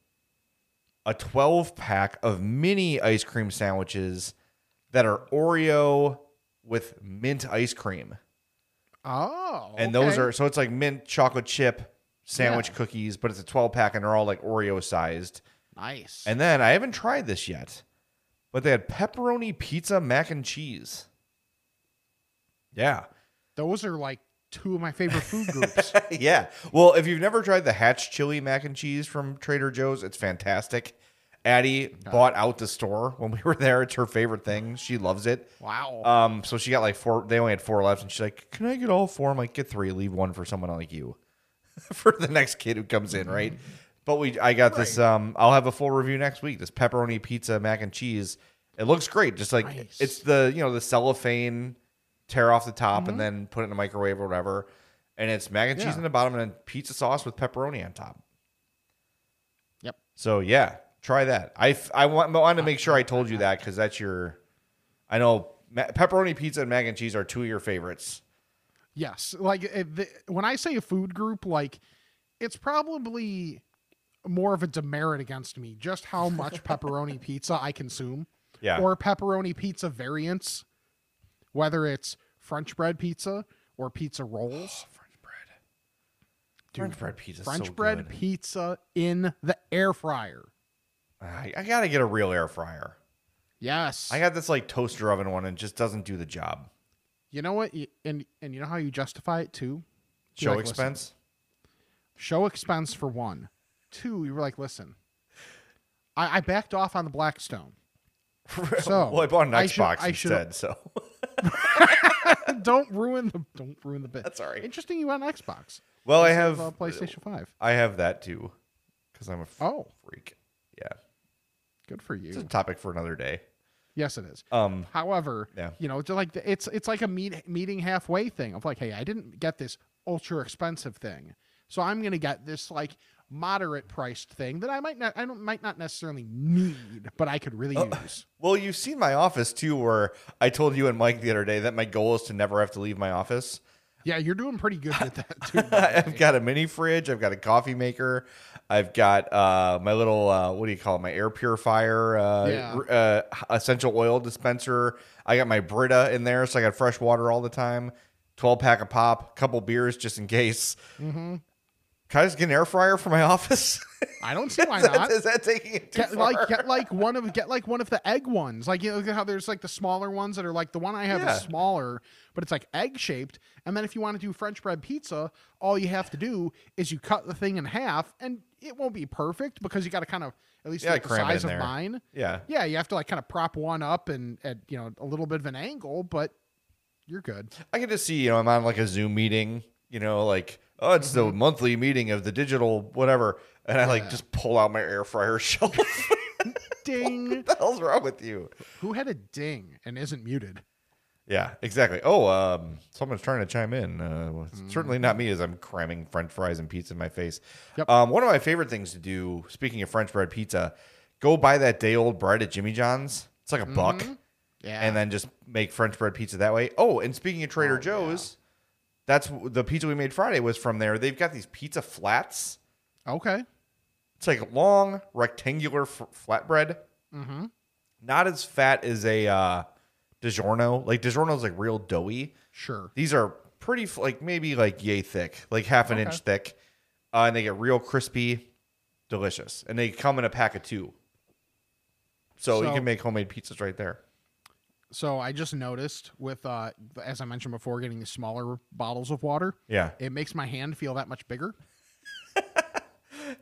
[SPEAKER 5] a 12 pack of mini ice cream sandwiches that are oreo with mint ice cream
[SPEAKER 4] Oh.
[SPEAKER 5] and those
[SPEAKER 4] okay.
[SPEAKER 5] are so it's like mint chocolate chip sandwich
[SPEAKER 4] Yeah.
[SPEAKER 5] cookies but it's a 12 pack and they're all like oreo sized
[SPEAKER 4] nice.
[SPEAKER 5] and then i haven't tried this yet but they had pepperoni pizza mac and cheese yeah
[SPEAKER 4] Those are like two of my favorite [LAUGHS] food groups.
[SPEAKER 5] [LAUGHS] yeah. Well, if you've never tried the Hatch chili mac and cheese from Trader Joe's, it's fantastic. Addie bought out the store when we were there. It's her favorite thing. She loves it.
[SPEAKER 4] Wow.
[SPEAKER 5] Um, so she got like four. They only had four left, and she's like, "Can I get all four? I'm like, "Get three. Leave one for someone like you, [LAUGHS] for the next kid who comes in, right?"
[SPEAKER 4] Mm-hmm.
[SPEAKER 5] But we, I got this. Um, I'll have a full review next week. This pepperoni pizza mac and cheese. It looks great. Just like
[SPEAKER 4] Nice.
[SPEAKER 5] it's the you know the cellophane tear off the top and then put it in the microwave or whatever, and it's mac and cheese
[SPEAKER 4] Mm-hmm. Yeah.
[SPEAKER 5] in the bottom and then pizza sauce with pepperoni on top.
[SPEAKER 4] yep.
[SPEAKER 5] So yeah, try that. I f- I want wanted to make sure I told you that because that's your. I know ma- pepperoni pizza and mac and cheese are two of your favorites.
[SPEAKER 4] Yes. Like it, the, when I say a food group, like it's probably more of a demerit against me just how [LAUGHS] much pepperoni pizza I consume.
[SPEAKER 5] Yeah.
[SPEAKER 4] Or pepperoni pizza variants, whether it's French bread pizza or pizza rolls.
[SPEAKER 5] French bread. French bread pizza.
[SPEAKER 4] French bread pizza in the air fryer.
[SPEAKER 5] I, I gotta get a real air fryer.
[SPEAKER 4] Yes.
[SPEAKER 5] I got this like toaster oven one and it just doesn't do the job.
[SPEAKER 4] you know what? You- And and you know how you justify it too? You're
[SPEAKER 5] Show
[SPEAKER 4] like, listen,
[SPEAKER 5] expense.
[SPEAKER 4] show expense for one. Two, you were like, listen, I, I backed off on the Blackstone. [LAUGHS] So
[SPEAKER 5] [LAUGHS] well, I bought an
[SPEAKER 4] I should-
[SPEAKER 5] Xbox
[SPEAKER 4] I should-
[SPEAKER 5] instead, so
[SPEAKER 4] [LAUGHS] don't ruin the don't ruin the bit.
[SPEAKER 5] That's all right.
[SPEAKER 4] Interesting, you went Xbox.
[SPEAKER 5] well I
[SPEAKER 4] instead of,
[SPEAKER 5] have
[SPEAKER 4] uh, PlayStation Five.
[SPEAKER 5] I have that too because I'm a f-
[SPEAKER 4] Oh,
[SPEAKER 5] freak. Yeah,
[SPEAKER 4] good for
[SPEAKER 5] it's a
[SPEAKER 4] you.
[SPEAKER 5] topic for another day.
[SPEAKER 4] Yes, it is.
[SPEAKER 5] Um,
[SPEAKER 4] However,
[SPEAKER 5] Yeah.
[SPEAKER 4] you know, just like the- it's it's like a meet, meeting halfway thing of like, hey, I didn't get this ultra expensive thing, so I'm gonna get this like moderate priced thing that I might not I don't might not necessarily need, but I could
[SPEAKER 5] Oh.
[SPEAKER 4] really use.
[SPEAKER 5] well, you've seen my office too, where I told you and Mike the other day that my goal is to never have to leave my office. [LAUGHS]
[SPEAKER 4] Yeah, you're doing pretty good with that too. by the way.
[SPEAKER 5] I've got a mini fridge. I've got a coffee maker. I've got uh, my little uh, what do you call it? My air purifier, uh,
[SPEAKER 4] Yeah.
[SPEAKER 5] r- uh, h- essential oil dispenser. I got my Brita in there, so I got fresh water all the time. Twelve pack of pop, couple beers just in case.
[SPEAKER 4] Mm-hmm.
[SPEAKER 5] Can I just get an air fryer for my [LAUGHS] office?
[SPEAKER 4] I don't
[SPEAKER 5] [LAUGHS]
[SPEAKER 4] see why
[SPEAKER 5] is, that-
[SPEAKER 4] not.
[SPEAKER 5] is that taking it too
[SPEAKER 4] Get
[SPEAKER 5] far?
[SPEAKER 4] like get like one of get like one of the egg ones. Like you know look at how there's like the smaller ones that are like the one I have
[SPEAKER 5] Yeah.
[SPEAKER 4] is smaller, but it's like egg shaped. And then if you want to do French bread pizza, all you have to do is you cut the thing in half, and it won't be perfect because you got to kind of at least
[SPEAKER 5] Yeah,
[SPEAKER 4] like the
[SPEAKER 5] cram it
[SPEAKER 4] size
[SPEAKER 5] in
[SPEAKER 4] of
[SPEAKER 5] there.
[SPEAKER 4] mine.
[SPEAKER 5] yeah,
[SPEAKER 4] Yeah, you have to like kind of prop one up and at you know a little bit of an angle, but you're good.
[SPEAKER 5] [LAUGHS] I get to see, you know, I'm on like a Zoom meeting, you know, like, oh, it's the monthly meeting of the digital whatever. And I like
[SPEAKER 4] Yeah.
[SPEAKER 5] just pull out my air fryer [LAUGHS] shelf. what
[SPEAKER 4] Ding.
[SPEAKER 5] the hell's wrong with you?
[SPEAKER 4] Who had a ding and isn't muted?
[SPEAKER 5] Yeah, exactly. Oh, um, someone's trying to chime in. Uh, well, it's Certainly not me as I'm cramming French fries and pizza in my face.
[SPEAKER 4] Yep.
[SPEAKER 5] Um, one of my favorite things to do, speaking of French bread pizza, go buy that day old bread at Jimmy John's. It's like a buck.
[SPEAKER 4] Yeah.
[SPEAKER 5] and then just make French bread pizza that way. Oh, and speaking of Trader Joe's, that's w- the pizza we made Friday was from there. They've got these pizza flats.
[SPEAKER 4] okay.
[SPEAKER 5] It's like long rectangular f- flatbread. Mm-hmm. Not as fat as a uh, DiGiorno. Like DiGiorno's like real doughy.
[SPEAKER 4] Sure.
[SPEAKER 5] These are pretty f- like maybe like yay thick, like half an inch thick, uh, and they get real crispy, delicious, and they come in a pack of two. so you
[SPEAKER 4] So-
[SPEAKER 5] can make homemade pizzas right there.
[SPEAKER 4] So I just noticed with uh as I mentioned before getting the smaller bottles of water,
[SPEAKER 5] Yeah.
[SPEAKER 4] it makes my hand feel that much bigger.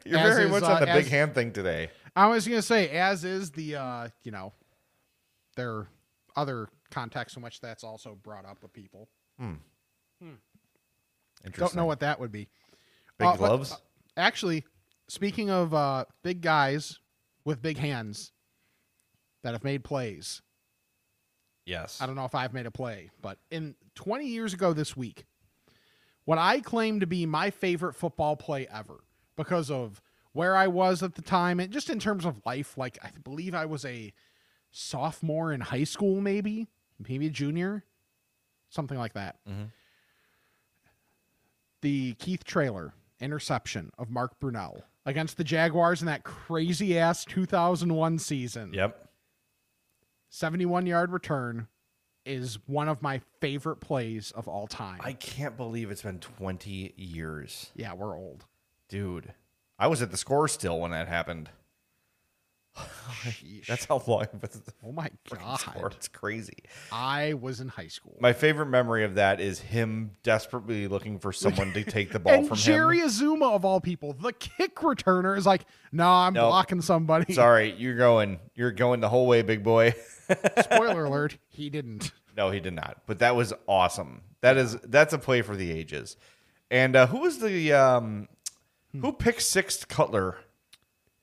[SPEAKER 5] You're
[SPEAKER 4] As
[SPEAKER 5] very
[SPEAKER 4] is,
[SPEAKER 5] much
[SPEAKER 4] uh,
[SPEAKER 5] on the big
[SPEAKER 4] as-
[SPEAKER 5] hand thing today.
[SPEAKER 4] I was going to say as is the uh, you know, their other context in which that's also brought up with people. Don't know what that would be.
[SPEAKER 5] big
[SPEAKER 4] Uh, but-
[SPEAKER 5] gloves.
[SPEAKER 4] uh, actually, speaking of uh big guys with big hands that have made plays.
[SPEAKER 5] yes.
[SPEAKER 4] I don't know if I've made a play, but in 20 years ago this week, what I claim to be my favorite football play ever because of where I was at the time and just in terms of life, like I believe I was a sophomore in high school, maybe, maybe a junior, something like that. The Keith Trailer interception of Mark Brunell against the Jaguars in that crazy ass 2001 season.
[SPEAKER 5] Yep.
[SPEAKER 4] 71 yard return is one of my favorite plays of all time.
[SPEAKER 5] I can't believe it's been 20 years,
[SPEAKER 4] yeah, we're old.
[SPEAKER 5] dude. I was at the score still when that happened.
[SPEAKER 4] Sheesh.
[SPEAKER 5] That's how long. But the
[SPEAKER 4] oh my
[SPEAKER 5] freaking score.
[SPEAKER 4] god.
[SPEAKER 5] It's crazy.
[SPEAKER 4] I was in high school.
[SPEAKER 5] My favorite memory of that is him desperately looking for someone to take the ball
[SPEAKER 4] [LAUGHS] and
[SPEAKER 5] from
[SPEAKER 4] Jerry
[SPEAKER 5] him.
[SPEAKER 4] Azuma of all people, the kick returner is like, "No, I'm
[SPEAKER 5] Nope.
[SPEAKER 4] blocking somebody."
[SPEAKER 5] Sorry, you're going. You're going the whole way, big boy.
[SPEAKER 4] [LAUGHS]
[SPEAKER 5] [LAUGHS]
[SPEAKER 4] Spoiler alert, he didn't.
[SPEAKER 5] No, he did not. But that was awesome. That is that's a play for the ages. And uh, who was the um, who picked sixth Cutler?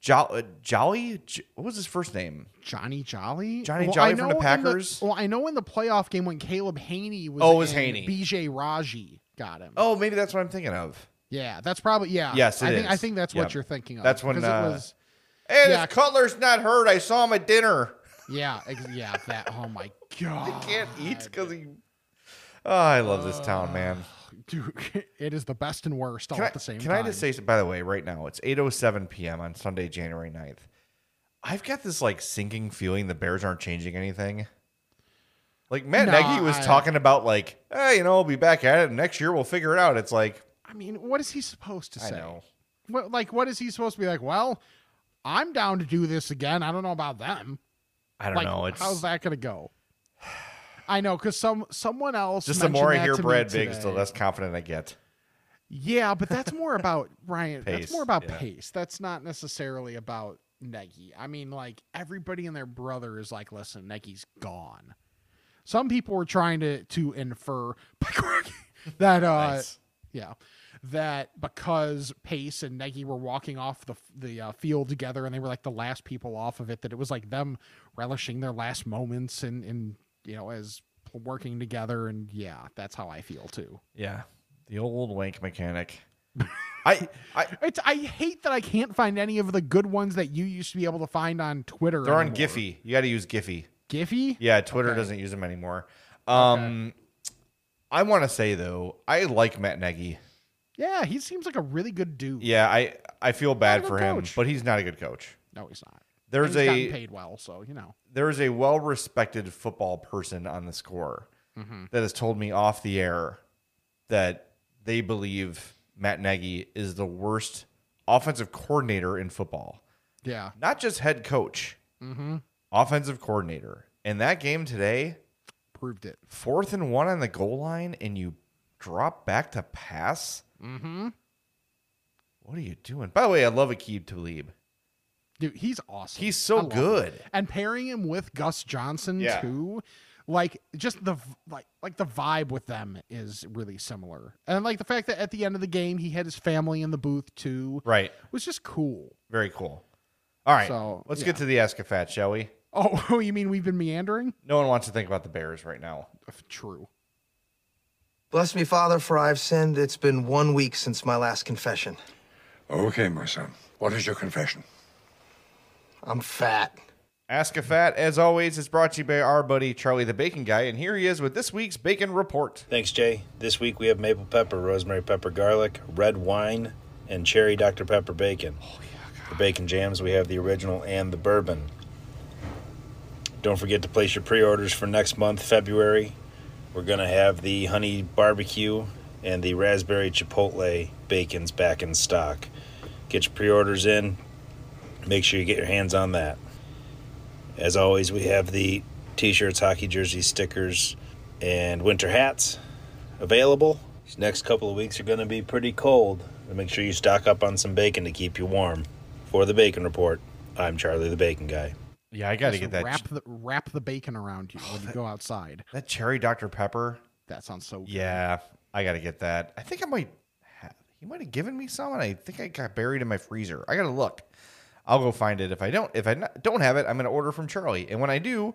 [SPEAKER 5] Jo- uh, Jolly? J- what was his first name?
[SPEAKER 4] Johnny Jolly?
[SPEAKER 5] Johnny
[SPEAKER 4] Well,
[SPEAKER 5] Jolly
[SPEAKER 4] I
[SPEAKER 5] from
[SPEAKER 4] know
[SPEAKER 5] the
[SPEAKER 4] in
[SPEAKER 5] Packers?
[SPEAKER 4] well, I know in the playoff game when Caleb Haney was
[SPEAKER 5] Oh, it was
[SPEAKER 4] in,
[SPEAKER 5] Haney.
[SPEAKER 4] BJ Raji got him.
[SPEAKER 5] Oh, maybe that's what I'm thinking of.
[SPEAKER 4] Yeah, that's probably yeah.
[SPEAKER 5] Yes,
[SPEAKER 4] I
[SPEAKER 5] it
[SPEAKER 4] think I
[SPEAKER 5] is.
[SPEAKER 4] think that's
[SPEAKER 5] Yep.
[SPEAKER 4] what you're thinking of.
[SPEAKER 5] That's when,
[SPEAKER 4] because
[SPEAKER 5] uh,
[SPEAKER 4] it was
[SPEAKER 5] Hey,
[SPEAKER 4] Yeah.
[SPEAKER 5] this Cutler's not hurt. I saw him at dinner.
[SPEAKER 4] Yeah, ex- yeah, that. Oh my god,
[SPEAKER 5] Can't eat because he. Oh, I love this town, man.
[SPEAKER 4] dude, [LAUGHS] it is the best and worst all
[SPEAKER 5] Can, I,
[SPEAKER 4] at the same
[SPEAKER 5] can
[SPEAKER 4] time.
[SPEAKER 5] I just say, by the way, right now it's 8:07 p.m. on Sunday, January 9th. I've got this like sinking feeling the Bears aren't changing anything. Like Matt
[SPEAKER 4] No,
[SPEAKER 5] Nagy was
[SPEAKER 4] I-
[SPEAKER 5] talking about, like, hey, you know, we'll be back at it and next year. We'll figure it out. It's like,
[SPEAKER 4] I mean, what is he supposed to
[SPEAKER 5] I
[SPEAKER 4] say?
[SPEAKER 5] know.
[SPEAKER 4] What, like, what is he supposed to be like? Well, I'm down to do this again. I don't know about them.
[SPEAKER 5] I don't
[SPEAKER 4] like,
[SPEAKER 5] know. It's
[SPEAKER 4] how's that gonna go? [SIGHS] I know because some someone else
[SPEAKER 5] just the more I
[SPEAKER 4] mentioned that
[SPEAKER 5] hear
[SPEAKER 4] to me
[SPEAKER 5] Brad Biggs, the
[SPEAKER 4] today.
[SPEAKER 5] less confident I get.
[SPEAKER 4] Yeah, but that's
[SPEAKER 5] [LAUGHS]
[SPEAKER 4] more about Ryan.
[SPEAKER 5] Pace,
[SPEAKER 4] that's more about
[SPEAKER 5] yeah.
[SPEAKER 4] pace. That's not necessarily about Negi. I mean, like everybody and their brother is like, listen, Negi's gone. Some people were trying to to infer [LAUGHS] that uh
[SPEAKER 5] Nice.
[SPEAKER 4] yeah that because Pace and Negi were walking off the the uh, field together and they were like the last people off of it that it was like them relishing their last moments and and you know as working together and yeah that's how I feel too.
[SPEAKER 5] Yeah, the old wank mechanic. I,
[SPEAKER 4] [LAUGHS]
[SPEAKER 5] I
[SPEAKER 4] It's I hate that I can't find any of the good ones that you used to be able to find on Twitter.
[SPEAKER 5] they're on
[SPEAKER 4] anymore.
[SPEAKER 5] Giphy. You got to use Giphy.
[SPEAKER 4] Giphy?
[SPEAKER 5] Yeah, Twitter doesn't use them anymore. Um, I want to say though, I like Matt Nagy.
[SPEAKER 4] Yeah, he seems like a really good dude.
[SPEAKER 5] Yeah, I I feel bad
[SPEAKER 4] good
[SPEAKER 5] for him,
[SPEAKER 4] coach.
[SPEAKER 5] but he's not a good coach.
[SPEAKER 4] No, he's not.
[SPEAKER 5] There's
[SPEAKER 4] And he's
[SPEAKER 5] a
[SPEAKER 4] gotten paid well, so you know.
[SPEAKER 5] there is a well respected football person on the score
[SPEAKER 4] Mm-hmm.
[SPEAKER 5] that has told me off the air that they believe Matt Nagy is the worst offensive coordinator in football,
[SPEAKER 4] Yeah. mm-hmm.
[SPEAKER 5] not just head coach, offensive coordinator. And that game today,
[SPEAKER 4] Proved it.
[SPEAKER 5] fourth and one on the goal line, and you drop back to pass. Mm-hmm. What are you doing? By the way, I love Akib Talib.
[SPEAKER 4] Dude, he's awesome.
[SPEAKER 5] He's
[SPEAKER 4] I
[SPEAKER 5] so
[SPEAKER 4] love
[SPEAKER 5] good.
[SPEAKER 4] him. And pairing him with Gus Johnson
[SPEAKER 5] Yeah.
[SPEAKER 4] too. Like just the v- like like the vibe with them is really similar. And like the fact that at the end of the game he had his family in the booth too
[SPEAKER 5] Right.
[SPEAKER 4] was just cool. [LAUGHS]
[SPEAKER 5] Very cool. All right.
[SPEAKER 4] So,
[SPEAKER 5] let's
[SPEAKER 4] yeah.
[SPEAKER 5] get to the Ask a Fat, shall we?
[SPEAKER 4] Oh, you mean we've been meandering?
[SPEAKER 5] No one wants to think about the Bears right now.
[SPEAKER 4] True.
[SPEAKER 7] Bless me, Father, for I've sinned. It's been one week since my last confession.
[SPEAKER 8] Okay, my son. What is your confession?
[SPEAKER 7] I'm fat.
[SPEAKER 5] Ask a Fat, as always, is brought to you by our buddy Charlie the Bacon Guy, and here he is with this week's Bacon Report.
[SPEAKER 9] Thanks, Jay. This week we have maple pepper, rosemary pepper, garlic, red wine, and cherry Dr. Pepper bacon. the bacon jams, we have the original and the bourbon. Don't forget to place your pre orders for next month, February. We're going to have the honey barbecue and the raspberry chipotle bacons back in stock. Get your pre orders in. Make sure you get your hands on that. As always, we have the t shirts, hockey jerseys, stickers, and winter hats available. These next couple of weeks are going to be pretty cold. And make sure you stock up on some bacon to keep you warm. For the Bacon Report, I'm Charlie the Bacon Guy.
[SPEAKER 5] Yeah, I got to
[SPEAKER 4] So
[SPEAKER 5] get that Oh,
[SPEAKER 4] wrap the wrap the bacon around you when you go outside.
[SPEAKER 5] that cherry Dr Pepper.
[SPEAKER 4] That sounds so. good.
[SPEAKER 5] Yeah, I got to get that. I think I might have. He might have given me some, and I think I got buried in my freezer. I got to look. I'll go find it. If I don't, if I not, don't have it, I'm going to order from Charlie. And when I do,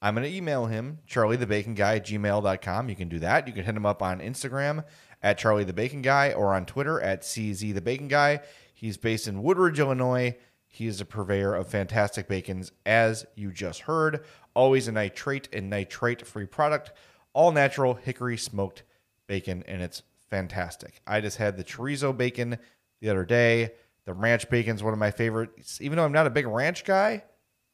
[SPEAKER 5] I'm going to email him, Charlie the Bacon Guy at gmail.com. You can do that. You can hit him up on Instagram at Charlie the Bacon Guy or on Twitter at CZ the Bacon Guy. He's based in Woodridge, Illinois. He is a purveyor of fantastic bacons, as you just heard. Always a nitrate and nitrate free product, all natural hickory smoked bacon, and it's fantastic. I just had the chorizo bacon the other day. The ranch bacon's one of my favorites. Even though I'm not a big ranch guy,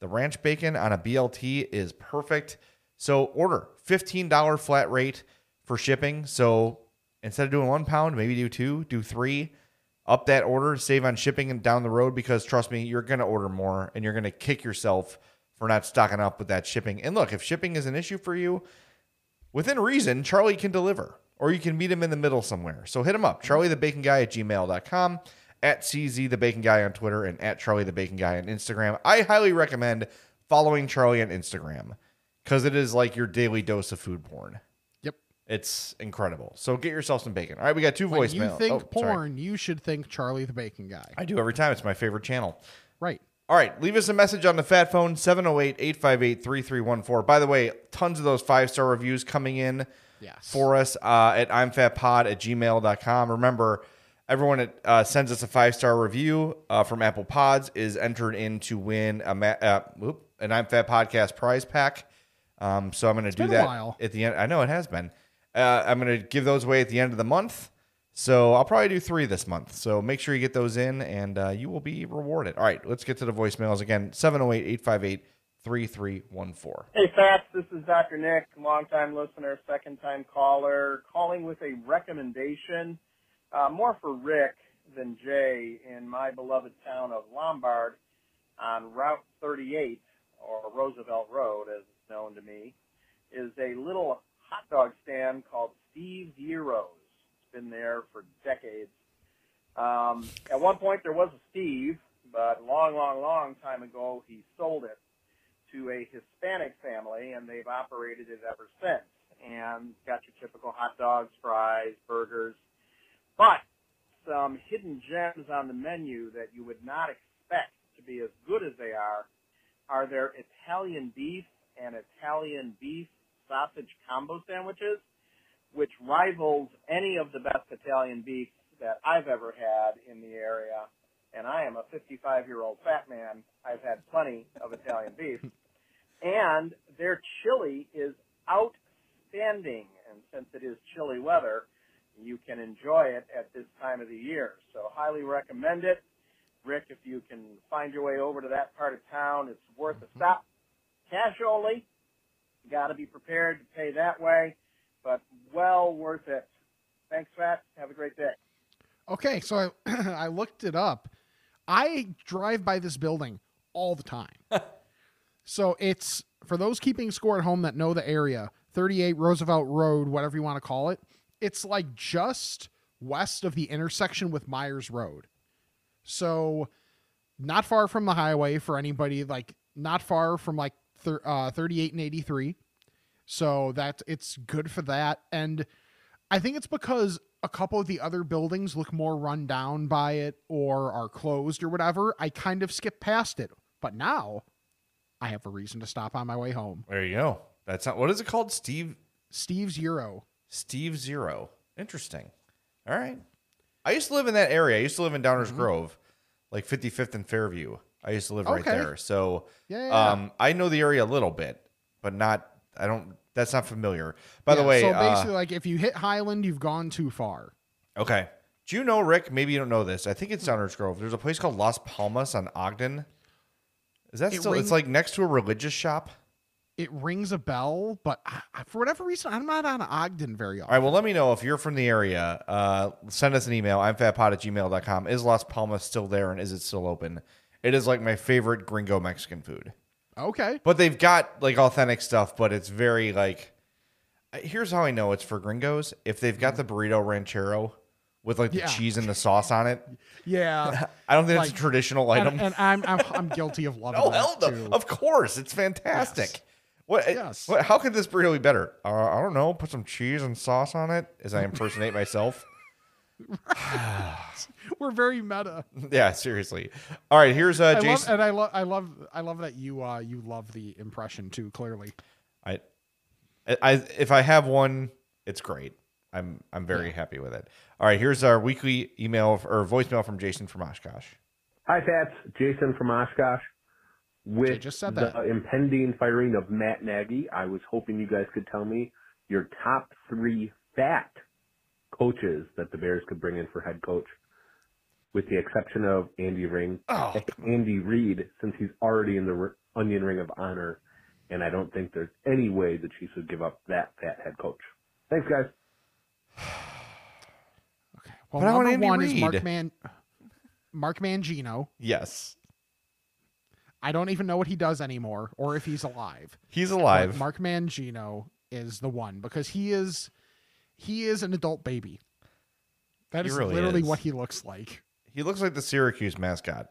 [SPEAKER 5] the ranch bacon on a BLT is perfect. So order $15 flat rate for shipping. So instead of doing one pound, maybe do two, do three. Up that order, save on shipping and down the road because trust me, you're going to order more and you're going to kick yourself for not stocking up with that shipping. And look, if shipping is an issue for you, within reason, Charlie can deliver, or you can meet him in the middle somewhere. So hit him up, Charlie the Bacon Guy at gmail.com, at CZ the Bacon Guy on Twitter, and at Charlie the Bacon Guy on Instagram. I highly recommend following Charlie on Instagram because it is like your daily dose of food porn.
[SPEAKER 4] Yep.
[SPEAKER 5] It's incredible. So get yourself some bacon. All right, we got two
[SPEAKER 4] When
[SPEAKER 5] voicemails.
[SPEAKER 4] you think
[SPEAKER 5] Oh, sorry.
[SPEAKER 4] porn, you should think Charlie the Bacon Guy.
[SPEAKER 5] I do every time. It's my favorite channel.
[SPEAKER 4] Right.
[SPEAKER 5] All right, leave us a message on the fat phone 708-858-3314. By the way, tons of those five-star reviews coming in
[SPEAKER 4] Yes.
[SPEAKER 5] for us uh, at imfatpod at gmail.com. Remember, everyone that uh, sends us a five-star review uh, from Apple Pods is entered in to win a ma- uh, whoop, an I'm Fat Podcast prize pack. Um, so I'm going to do
[SPEAKER 4] been a
[SPEAKER 5] that
[SPEAKER 4] while.
[SPEAKER 5] at the end. I know it has been. Uh, I'm going to give those away at the end of the month. So I'll probably do three this month. So make sure you get those in and uh, you will be rewarded. All right, let's get to the voicemails again 708 858 3314.
[SPEAKER 10] Hey, Fats, this is Dr. Nick, longtime listener, second time caller, calling with a recommendation, uh, more for Rick than Jay in my beloved town of Lombard. on Route 38, or Roosevelt Road as it's known to me, is a little hot dog stand called Steve's Euros. It's been there for decades. Um, at one point there was a Steve, but long, long, long time ago he sold it to a Hispanic family, and they've operated it ever since. And got your typical hot dogs, fries, burgers, but some hidden gems on the menu that you would not expect to be as good as they are are their Italian beef and Italian beef sausage combo sandwiches, which rivals any of the best Italian beef that I've ever had in the area. And I am a 55 year old fat man. I've had plenty of Italian beef. And their chili is outstanding. And since it is chilly weather, you can enjoy it at this time of the year. So highly recommend it. Rick, if you can find your way over to that part of town, it's worth a stop. Cash only. You got to be prepared to pay that way, but well worth it. Thanks, Fat. Have a great day.
[SPEAKER 4] Okay, so I, [CLEARS THROAT] I looked it up. I drive by this building all the time. so it's for those keeping score at home that know the area, 38 Roosevelt Road, whatever you want to call it. It's like just west of the intersection with Myers Road. So not far from the highway for anybody like not far from like thir- uh, 38 and 83. So that it's good for that and I think it's because a couple of the other buildings look more run down by it or are closed or whatever. I kind of skip past it. But now I have a reason to stop on my way home.
[SPEAKER 5] There you go. That's not what is it called? Steve
[SPEAKER 4] Steve's Euro.
[SPEAKER 5] Steve Zero. Interesting. All right. I used to live in that area. I used to live in
[SPEAKER 4] Mm-hmm.
[SPEAKER 5] Downers Grove, like 55th and Fairview. I used to live right
[SPEAKER 4] Okay.
[SPEAKER 5] there. So
[SPEAKER 4] Yeah, yeah,
[SPEAKER 5] um I know the area a little bit, but not I don't that's not familiar. By the
[SPEAKER 4] Yeah,
[SPEAKER 5] way,
[SPEAKER 4] so
[SPEAKER 5] uh,
[SPEAKER 4] basically, like if you hit Highland, you've gone too far.
[SPEAKER 5] okay. Do you know Rick? Maybe you don't know this. I think
[SPEAKER 4] Hmm.
[SPEAKER 5] it's Downers Grove. There's a place called Las Palmas on Ogden. Is that
[SPEAKER 4] It
[SPEAKER 5] still it's
[SPEAKER 4] ring-
[SPEAKER 5] like next to a religious shop?
[SPEAKER 4] It rings a bell, but I, I- for whatever reason, I'm not on Ogden very
[SPEAKER 5] All right.
[SPEAKER 4] often.
[SPEAKER 5] Well, let me know if you're from the area. Uh, send us an email. I'm fatpod at gmail.com. Is Las Palmas still there and is it still open? It is like my favorite gringo Mexican food.
[SPEAKER 4] Okay.
[SPEAKER 5] But they've got like authentic stuff, but it's very like. I- Here's how I know it's for gringos. If they've got the burrito ranchero with like the
[SPEAKER 4] Yeah.
[SPEAKER 5] cheese and the sauce on it,
[SPEAKER 4] Yeah.
[SPEAKER 5] [LAUGHS] I don't think
[SPEAKER 4] Like-
[SPEAKER 5] that's a traditional
[SPEAKER 4] and,
[SPEAKER 5] item.
[SPEAKER 4] and I'm, I'm I'm guilty of loving
[SPEAKER 5] [LAUGHS] oh,
[SPEAKER 4] that
[SPEAKER 5] hell [LAUGHS] no.
[SPEAKER 4] too.
[SPEAKER 5] Of course. It's fantastic.
[SPEAKER 4] Yes.
[SPEAKER 5] What,
[SPEAKER 4] Yes.
[SPEAKER 5] what- How could this burrito be better? Uh, I don't know. Put some cheese and sauce on it as I impersonate myself.
[SPEAKER 4] We're very meta.
[SPEAKER 5] Yeah, seriously. All right, here's uh,
[SPEAKER 4] I love,
[SPEAKER 5] Jason.
[SPEAKER 4] and I love I love I love that you uh you love the impression too. Clearly,
[SPEAKER 5] I, I, if I have one, it's great. I'm I'm very happy with it. All right, here's our weekly email f- or voicemail from Jason from Oshkosh.
[SPEAKER 11] Hi, Pats. Jason from Oshkosh.
[SPEAKER 4] They
[SPEAKER 11] With
[SPEAKER 4] just said
[SPEAKER 11] the
[SPEAKER 4] that.
[SPEAKER 11] impending firing of Matt Nagy, I was hoping you guys could tell me your top three fat coaches that the Bears could bring in for head coach, with the exception of Andy Ring, Andy Reid, since he's already in the r- Onion Ring of Honor, and I don't think there's any way the Chiefs would give up that fat head coach. Thanks, guys.
[SPEAKER 4] Well,
[SPEAKER 5] But I want
[SPEAKER 4] number
[SPEAKER 5] Andy
[SPEAKER 4] one is Mark
[SPEAKER 5] Reid.
[SPEAKER 4] Man, Mark Mangino.
[SPEAKER 5] Yes,
[SPEAKER 4] I don't even know what he does anymore or if he's alive.
[SPEAKER 5] he's
[SPEAKER 4] But
[SPEAKER 5] alive.
[SPEAKER 4] Mark Mangino is the one because he is he is an adult baby. That
[SPEAKER 5] He
[SPEAKER 4] is
[SPEAKER 5] really
[SPEAKER 4] literally
[SPEAKER 5] is.
[SPEAKER 4] what he looks like.
[SPEAKER 5] He looks like the Syracuse mascot.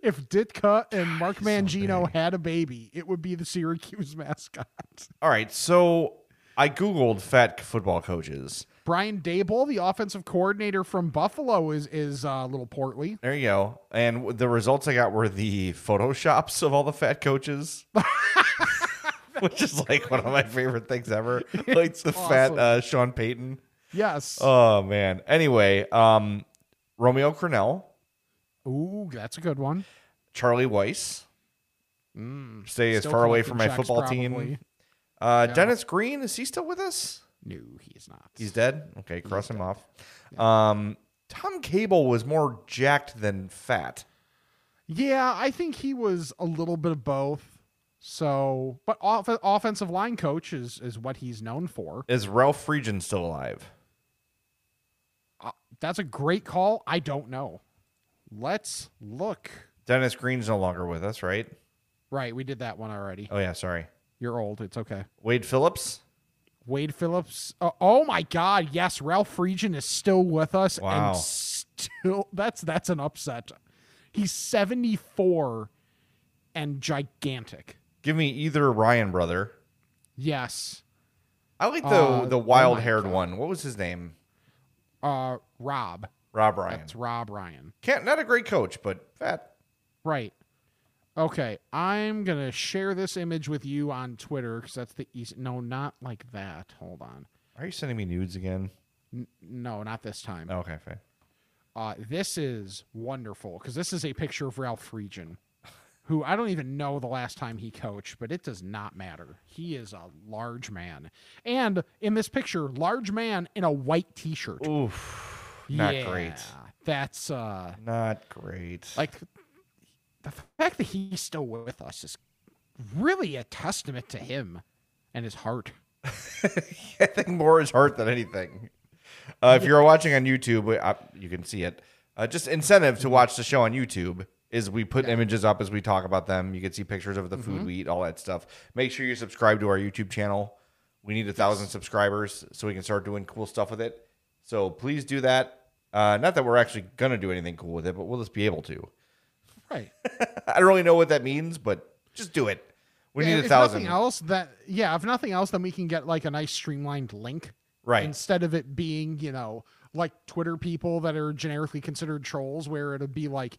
[SPEAKER 4] If Ditka and Mark Mangino had a baby, it would be the Syracuse [LAUGHS] mascot.
[SPEAKER 5] All right, so I googled fat football coaches.
[SPEAKER 4] Brian Dable, the offensive coordinator from Buffalo, is is uh, a little portly.
[SPEAKER 5] There you go. And w- the results I got were the photoshops of all the
[SPEAKER 4] [LAUGHS]
[SPEAKER 5] fat coaches. Which is like one of my favorite things ever. Like the fat
[SPEAKER 4] awesome.
[SPEAKER 5] uh, Sean Payton.
[SPEAKER 4] Yes.
[SPEAKER 5] Oh man. Anyway, um, Romeo Cornell,
[SPEAKER 4] Ooh, that's a good one.
[SPEAKER 5] Charlie Weiss.
[SPEAKER 4] Mm,
[SPEAKER 5] Stay as
[SPEAKER 4] Still
[SPEAKER 5] far away
[SPEAKER 4] collecting
[SPEAKER 5] from my
[SPEAKER 4] checks,
[SPEAKER 5] football team.
[SPEAKER 4] probably.
[SPEAKER 5] Uh,
[SPEAKER 4] Yeah.
[SPEAKER 5] Dennis Green, is he still with us?
[SPEAKER 4] No, he's not.
[SPEAKER 5] He's dead. Okay, cross him off. Um, Tom Cable was more jacked than fat.
[SPEAKER 4] Yeah, I think he was a little bit of both. So, but off- offensive line coach is is what he's known for.
[SPEAKER 5] Is Ralph Frieden still alive?
[SPEAKER 4] That's a great call. I don't know. Let's look.
[SPEAKER 5] Dennis Green's no longer with us, right?
[SPEAKER 4] Right, we did that one already.
[SPEAKER 5] Oh yeah, sorry.
[SPEAKER 4] You're old. It's okay.
[SPEAKER 5] Wade Phillips.
[SPEAKER 4] Wade Phillips. Uh, oh my God! Yes, Ralph Region is still with us,
[SPEAKER 5] Wow.
[SPEAKER 4] and still [LAUGHS] that's that's an upset. He's seventy four, and gigantic.
[SPEAKER 5] Give me either Ryan brother.
[SPEAKER 4] Yes,
[SPEAKER 5] I like the
[SPEAKER 4] Uh,
[SPEAKER 5] the
[SPEAKER 4] oh
[SPEAKER 5] wild
[SPEAKER 4] my
[SPEAKER 5] haired one. What was his name?
[SPEAKER 4] uh, Rob.
[SPEAKER 5] Rob Ryan.
[SPEAKER 4] That's Rob Ryan.
[SPEAKER 5] Can't not a great coach, but fat.
[SPEAKER 4] Right. Okay, I'm gonna share this image with you on Twitter because that's the easy. No, not like that. Hold on.
[SPEAKER 5] Are you sending me nudes again? Oh,
[SPEAKER 4] N- no, not this time.
[SPEAKER 5] Okay, fine.
[SPEAKER 4] Uh, this is wonderful because this is a picture of Ralph Region, who I don't even know the last time he coached, but it does not matter. He is a large man. And in this picture, large man in a white t shirt.
[SPEAKER 5] Oof. Not
[SPEAKER 4] Yeah,
[SPEAKER 5] great.
[SPEAKER 4] That's uh,
[SPEAKER 5] Not great.
[SPEAKER 4] like the fact that he's still with us is really a testament to him and his heart.
[SPEAKER 5] [LAUGHS] I think more is heart than anything. Uh, if you're watching on YouTube, we- uh, you can see it. Uh, just incentive to watch the show on YouTube is we put images up as we talk about them. You can see pictures of the food
[SPEAKER 4] Mhm.
[SPEAKER 5] we eat, all that stuff. Make sure you subscribe to our YouTube channel. We need a thousand subscribers so we can start doing cool stuff with it. So please do that. Uh, not that we're actually gonna do anything cool with it, but we'll just be able to.
[SPEAKER 4] Right.
[SPEAKER 5] I don't really know what that means, but just do it. We
[SPEAKER 4] And
[SPEAKER 5] need a
[SPEAKER 4] if
[SPEAKER 5] thousand.
[SPEAKER 4] Nothing else that yeah, if nothing else, then we can get like a nice streamlined link,
[SPEAKER 5] Right.
[SPEAKER 4] Instead of it being you know like Twitter people that are generically considered trolls, where it'll be like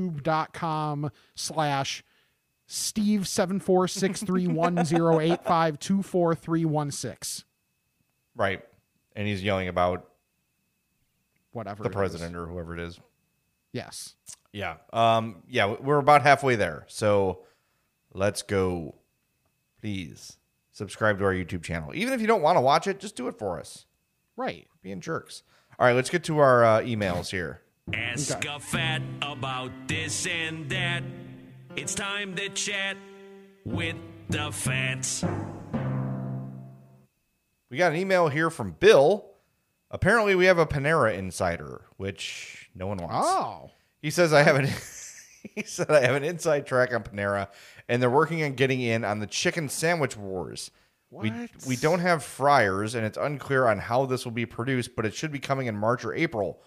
[SPEAKER 4] YouTube.com slash Steve seven four six three one zero eight five two four three one six
[SPEAKER 5] Right. And he's yelling about
[SPEAKER 4] whatever
[SPEAKER 5] the
[SPEAKER 4] it is.
[SPEAKER 5] president or whoever it is.
[SPEAKER 4] Yes,
[SPEAKER 5] Yeah. Um, yeah, we're about halfway there. So let's go. Please subscribe to our YouTube channel. Even if you don't want to watch it, just do it for us.
[SPEAKER 4] right.
[SPEAKER 5] Being jerks. All right, let's get to our uh, emails here.
[SPEAKER 2] Ask a fat about this and that. It's time to chat with the fats.
[SPEAKER 5] We got an email here from Bill. Apparently, we have a Panera insider, which no one wants.
[SPEAKER 4] Oh,
[SPEAKER 5] He says I have an [LAUGHS] he said I have an inside track on Panera and they're working on getting in on the chicken sandwich wars. We
[SPEAKER 4] What?
[SPEAKER 5] we don't have fryers and it's unclear on how this will be produced, but it should be coming in March or April.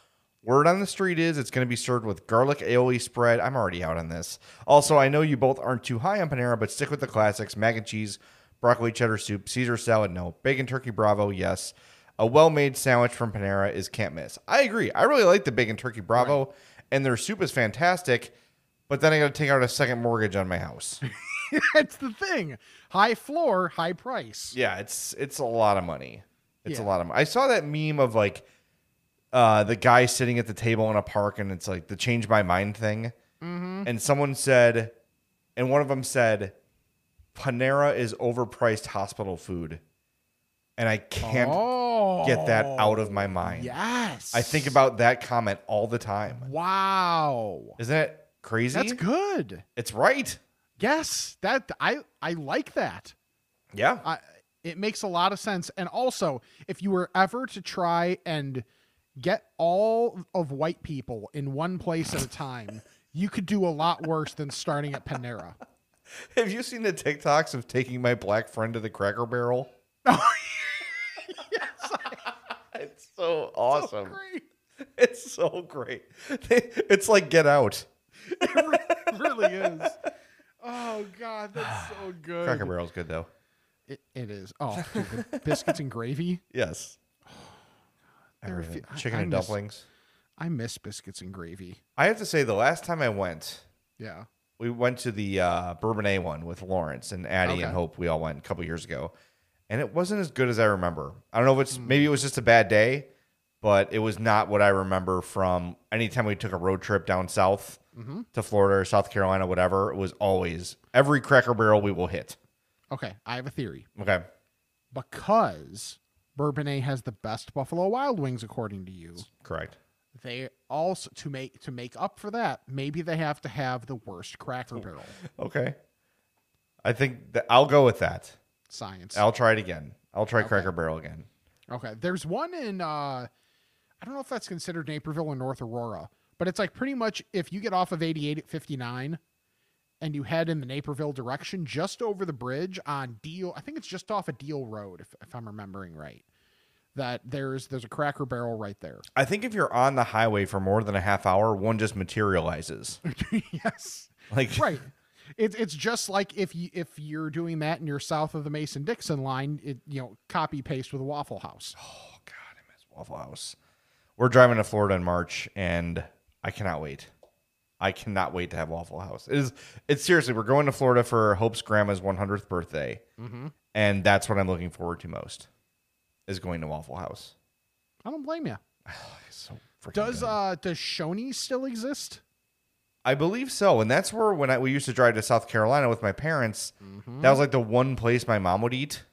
[SPEAKER 5] Word on the street is it's going to be served with garlic aioli spread. I'm already out on this. Also, I know you both aren't too high on Panera, but stick with the classics: mac and cheese, broccoli cheddar soup, Caesar salad, no, bacon turkey bravo, yes. A well-made sandwich from Panera is can't miss. I agree. I really like the bacon turkey bravo, and their soup is fantastic. But then I got to take out a second mortgage on my house.
[SPEAKER 4] that's the thing. High floor, high price.
[SPEAKER 5] Yeah, it's it's a lot of money. It's a
[SPEAKER 4] Yeah.
[SPEAKER 5] lot of money. I saw that meme of like uh the guy sitting at the table in a park and it's like the change my mind thing.
[SPEAKER 4] Mm-hmm.
[SPEAKER 5] And someone said and one of them said Panera is overpriced hospital food. And I can't
[SPEAKER 4] oh,
[SPEAKER 5] get that out of my mind.
[SPEAKER 4] Yes,
[SPEAKER 5] I think about that comment all the time.
[SPEAKER 4] Wow,
[SPEAKER 5] Isn't it crazy?
[SPEAKER 4] that's good.
[SPEAKER 5] It's right.
[SPEAKER 4] Yes, that I I like that.
[SPEAKER 5] Yeah.
[SPEAKER 4] I, it makes a lot of sense. And also, if you were ever to try and get all of white people in one place at a time, you could do a lot worse than starting at Panera.
[SPEAKER 5] Have you seen the TikToks of taking my black friend to the cracker [LAUGHS] barrel? [LAUGHS] It's so awesome.
[SPEAKER 4] Great.
[SPEAKER 5] It's so great. It's like Get Out.
[SPEAKER 4] [LAUGHS] It re- really is. Oh God, that's so good.
[SPEAKER 5] Cracker Barrel's good though.
[SPEAKER 4] It, it is. Oh, dude, the biscuits and gravy.
[SPEAKER 5] Yes. [SIGHS]
[SPEAKER 4] They're a
[SPEAKER 5] Everything.
[SPEAKER 4] few- I-
[SPEAKER 5] Chicken
[SPEAKER 4] I
[SPEAKER 5] and
[SPEAKER 4] miss-
[SPEAKER 5] dumplings.
[SPEAKER 4] I miss biscuits and gravy.
[SPEAKER 5] I have to say, the last time I went,
[SPEAKER 4] Yeah.
[SPEAKER 5] we went to the uh, Bourbon A one with Lawrence and Addie
[SPEAKER 4] Okay.
[SPEAKER 5] and Hope. We all went a couple years ago, and it wasn't as good as I remember. I don't know if it's
[SPEAKER 4] Hmm.
[SPEAKER 5] maybe it was just a bad day, but it was not what I remember from anytime we took a road trip down south
[SPEAKER 4] Mhm.
[SPEAKER 5] to Florida or South Carolina, whatever. It was always every Cracker Barrel we will hit.
[SPEAKER 4] Okay, I have a theory.
[SPEAKER 5] Okay,
[SPEAKER 4] Because Bourbonnais has the best Buffalo Wild Wings, according to you.
[SPEAKER 5] correct.
[SPEAKER 4] they also to make to make up for that maybe they have to have the worst cracker barrel
[SPEAKER 5] Okay. I think that I'll go with that.
[SPEAKER 4] science
[SPEAKER 5] I'll try it again. I'll try Cracker Barrel again.
[SPEAKER 4] okay there's one in uh i don't know if that's considered naperville or north aurora But it's like pretty much if you get off of 88 at 59 and you head in the Naperville direction, just over the bridge on Deal, I think it's just off of Deal Road, if, if I'm remembering right. That there's there's a cracker barrel right there.
[SPEAKER 5] I think if you're on the highway for more than a half hour, one
[SPEAKER 4] [LAUGHS]
[SPEAKER 5] just materializes.
[SPEAKER 4] yes.
[SPEAKER 5] Like
[SPEAKER 4] right. It's it's just like if you if you're doing that and you're south of the Mason Dixon line, it you know copy paste with a Waffle House.
[SPEAKER 5] Waffle House. We're driving to Florida in March, and I cannot wait. I cannot wait to have Waffle House. It is. It's seriously. We're going to Florida for Hope's grandma's 100th birthday,
[SPEAKER 4] Mhm.
[SPEAKER 5] and that's what I'm looking forward to most. Is going to Waffle House.
[SPEAKER 4] I don't blame you.
[SPEAKER 5] freaking
[SPEAKER 4] does uh does Shoney's still exist?
[SPEAKER 5] I believe so, and that's where when I we used to drive to South Carolina with my parents.
[SPEAKER 4] Mm-hmm.
[SPEAKER 5] That was like the one place my mom would eat.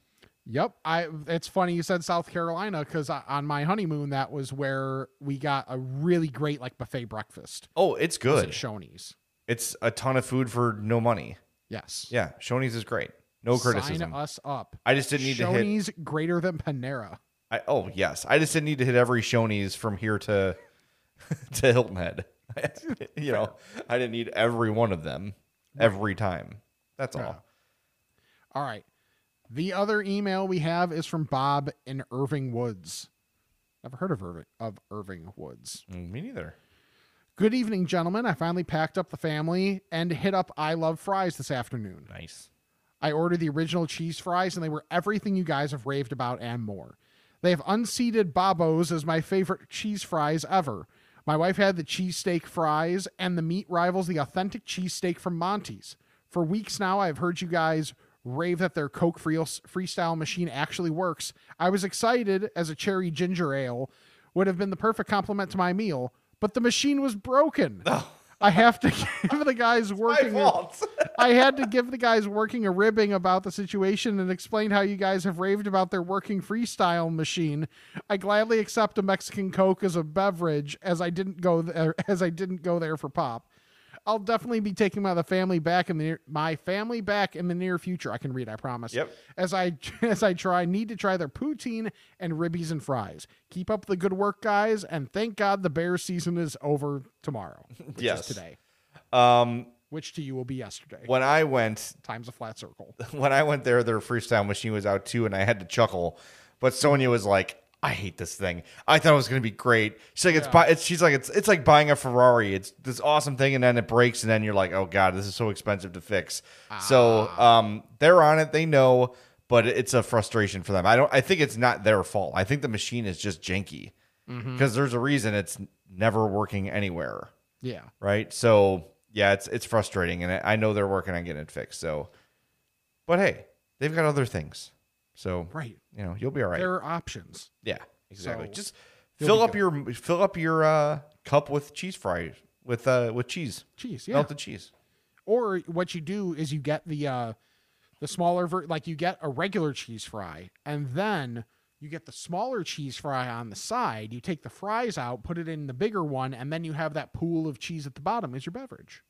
[SPEAKER 4] Yep. I it's funny you said South Carolina because on my honeymoon that was where we got a really great like buffet breakfast.
[SPEAKER 5] Oh, it's
[SPEAKER 4] Was
[SPEAKER 5] good.
[SPEAKER 4] at Shoney's.
[SPEAKER 5] It's a ton of food for no money.
[SPEAKER 4] Yes.
[SPEAKER 5] Yeah, Shoney's is great. No criticism.
[SPEAKER 4] Sign us up.
[SPEAKER 5] I just didn't need to hit-
[SPEAKER 4] Shoney's greater than Panera.
[SPEAKER 5] I, oh yes, I just didn't need to hit every Shoney's from here to [LAUGHS] to Hilton Head. [LAUGHS] you know, I didn't need every one of them every time. That's
[SPEAKER 4] Yeah.
[SPEAKER 5] all.
[SPEAKER 4] All right. The other email we have is from Bob in Irving Woods. Never heard of Irving of Irving Woods.
[SPEAKER 5] Mm, Me neither.
[SPEAKER 4] Good evening, gentlemen. I finally packed up the family and hit up I Love Fries this afternoon.
[SPEAKER 5] Nice.
[SPEAKER 4] I ordered the original cheese fries, and they were everything you guys have raved about and more. They have unseated Babos as my favorite cheese fries ever. My wife had the cheesesteak fries, and the meat rivals the authentic cheesesteak from Monty's. For weeks now, I've heard you guys rave that their Coke free- freestyle machine actually works. I was excited as a cherry ginger ale would have been the perfect complement to my meal, but the machine was broken. I have to [LAUGHS] give the guys working. I had to give the guys working a ribbing about the situation and explain how you guys have raved about their working freestyle machine. I gladly accept a Mexican Coke as a beverage, as I didn't go there, [LAUGHS] as I didn't go there for pop. I'll definitely be taking my the family back in the near, my family back in the near future. I can read, I promise.
[SPEAKER 5] Yep.
[SPEAKER 4] As I [LAUGHS] as I try, need to try their poutine and ribbies and fries. Keep up the good work, guys, and thank God the bear season is over tomorrow. Which
[SPEAKER 5] Yes.
[SPEAKER 4] Is today,
[SPEAKER 5] Um,
[SPEAKER 4] which to you will be yesterday.
[SPEAKER 5] [LAUGHS] when I went,
[SPEAKER 4] Time's a flat circle.
[SPEAKER 5] [LAUGHS] when I went there, their freestyle machine was out too, and I had to chuckle. But Sonia was like, "I hate this thing. I thought it was going to be great." She's like, "It's, bu- it's she's like, it's it's like buying a Ferrari. It's this awesome thing, and then it breaks, and then you're like, oh god, this is so expensive to fix." So um, they're on it. They know, but it's a frustration for them. I don't. I think it's not their fault. I think the machine is just janky because
[SPEAKER 4] Mhm.
[SPEAKER 5] there's a reason it's never working anywhere
[SPEAKER 4] Yeah.
[SPEAKER 5] right? So yeah, it's it's frustrating, and I I know they're working on getting it fixed. So, but hey, they've got other things, so
[SPEAKER 4] Right.
[SPEAKER 5] you know you'll be all right.
[SPEAKER 4] There are options.
[SPEAKER 5] yeah, exactly.
[SPEAKER 4] So,
[SPEAKER 5] Just
[SPEAKER 4] you'll
[SPEAKER 5] fill
[SPEAKER 4] be
[SPEAKER 5] up your fill up your uh, cup with cheese fries with uh with cheese,
[SPEAKER 4] Cheese, yeah.
[SPEAKER 5] melted cheese.
[SPEAKER 4] Or what you do is you get the uh the smaller ver- like you get a regular cheese fry and then you get the smaller cheese fry on the side. You take the fries out, put it in the bigger one, and then you have that pool of cheese at the bottom as your beverage.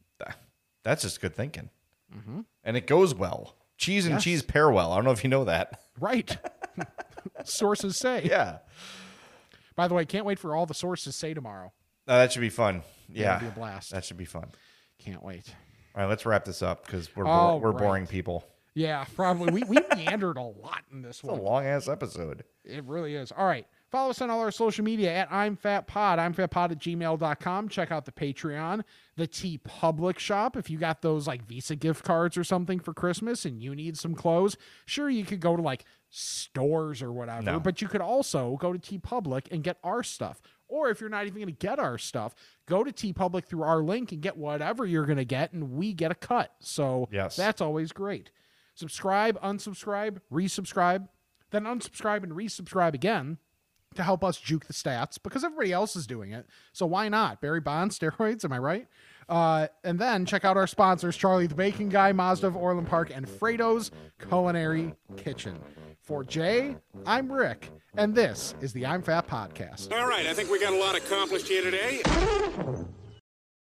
[SPEAKER 5] That's just good thinking,
[SPEAKER 4] Mhm.
[SPEAKER 5] and it goes well. Cheese and
[SPEAKER 4] Yes.
[SPEAKER 5] cheese pair well. I don't know if you
[SPEAKER 4] [LAUGHS]
[SPEAKER 5] know that.
[SPEAKER 4] Right. sources say.
[SPEAKER 5] Yeah.
[SPEAKER 4] By the way, can't wait for all the sources say tomorrow.
[SPEAKER 5] No, that should be fun.
[SPEAKER 4] Yeah,
[SPEAKER 5] Yeah,
[SPEAKER 4] it'll be a blast.
[SPEAKER 5] That should be fun.
[SPEAKER 4] Can't wait.
[SPEAKER 5] All right, let's wrap this up because we're
[SPEAKER 4] All
[SPEAKER 5] bor- we're
[SPEAKER 4] right.
[SPEAKER 5] boring people.
[SPEAKER 4] Yeah, probably. We [LAUGHS] we meandered a lot in this
[SPEAKER 5] It's a
[SPEAKER 4] one.
[SPEAKER 5] long ass episode.
[SPEAKER 4] It really is. All right. Follow us on all our social media at I'm Fat Pod, I'm Fat Pod at gmail.com. Check out the Patreon, the T Public Shop. If you got those like Visa gift cards or something for Christmas and you need some clothes, sure, you could go to like stores or whatever,
[SPEAKER 5] No.
[SPEAKER 4] but you could also go to T Public and get our stuff. Or if you're not even going to get our stuff, go to T Public through our link and get whatever you're going to get, and we get a cut. So
[SPEAKER 5] Yes.
[SPEAKER 4] that's always great. Subscribe, unsubscribe, resubscribe, then unsubscribe and resubscribe again to help us juke the stats because everybody else is doing it. So why not? Barry Bond, [LAUGHS] steroids, am I right? Uh, and then check out our sponsors Charlie the Bacon Guy, Mazda of Orland Park, and Fredo's Culinary Kitchen. For Jay, I'm Rick, and this is the I'm Fat Podcast.
[SPEAKER 1] All right, I think we got a lot accomplished here today.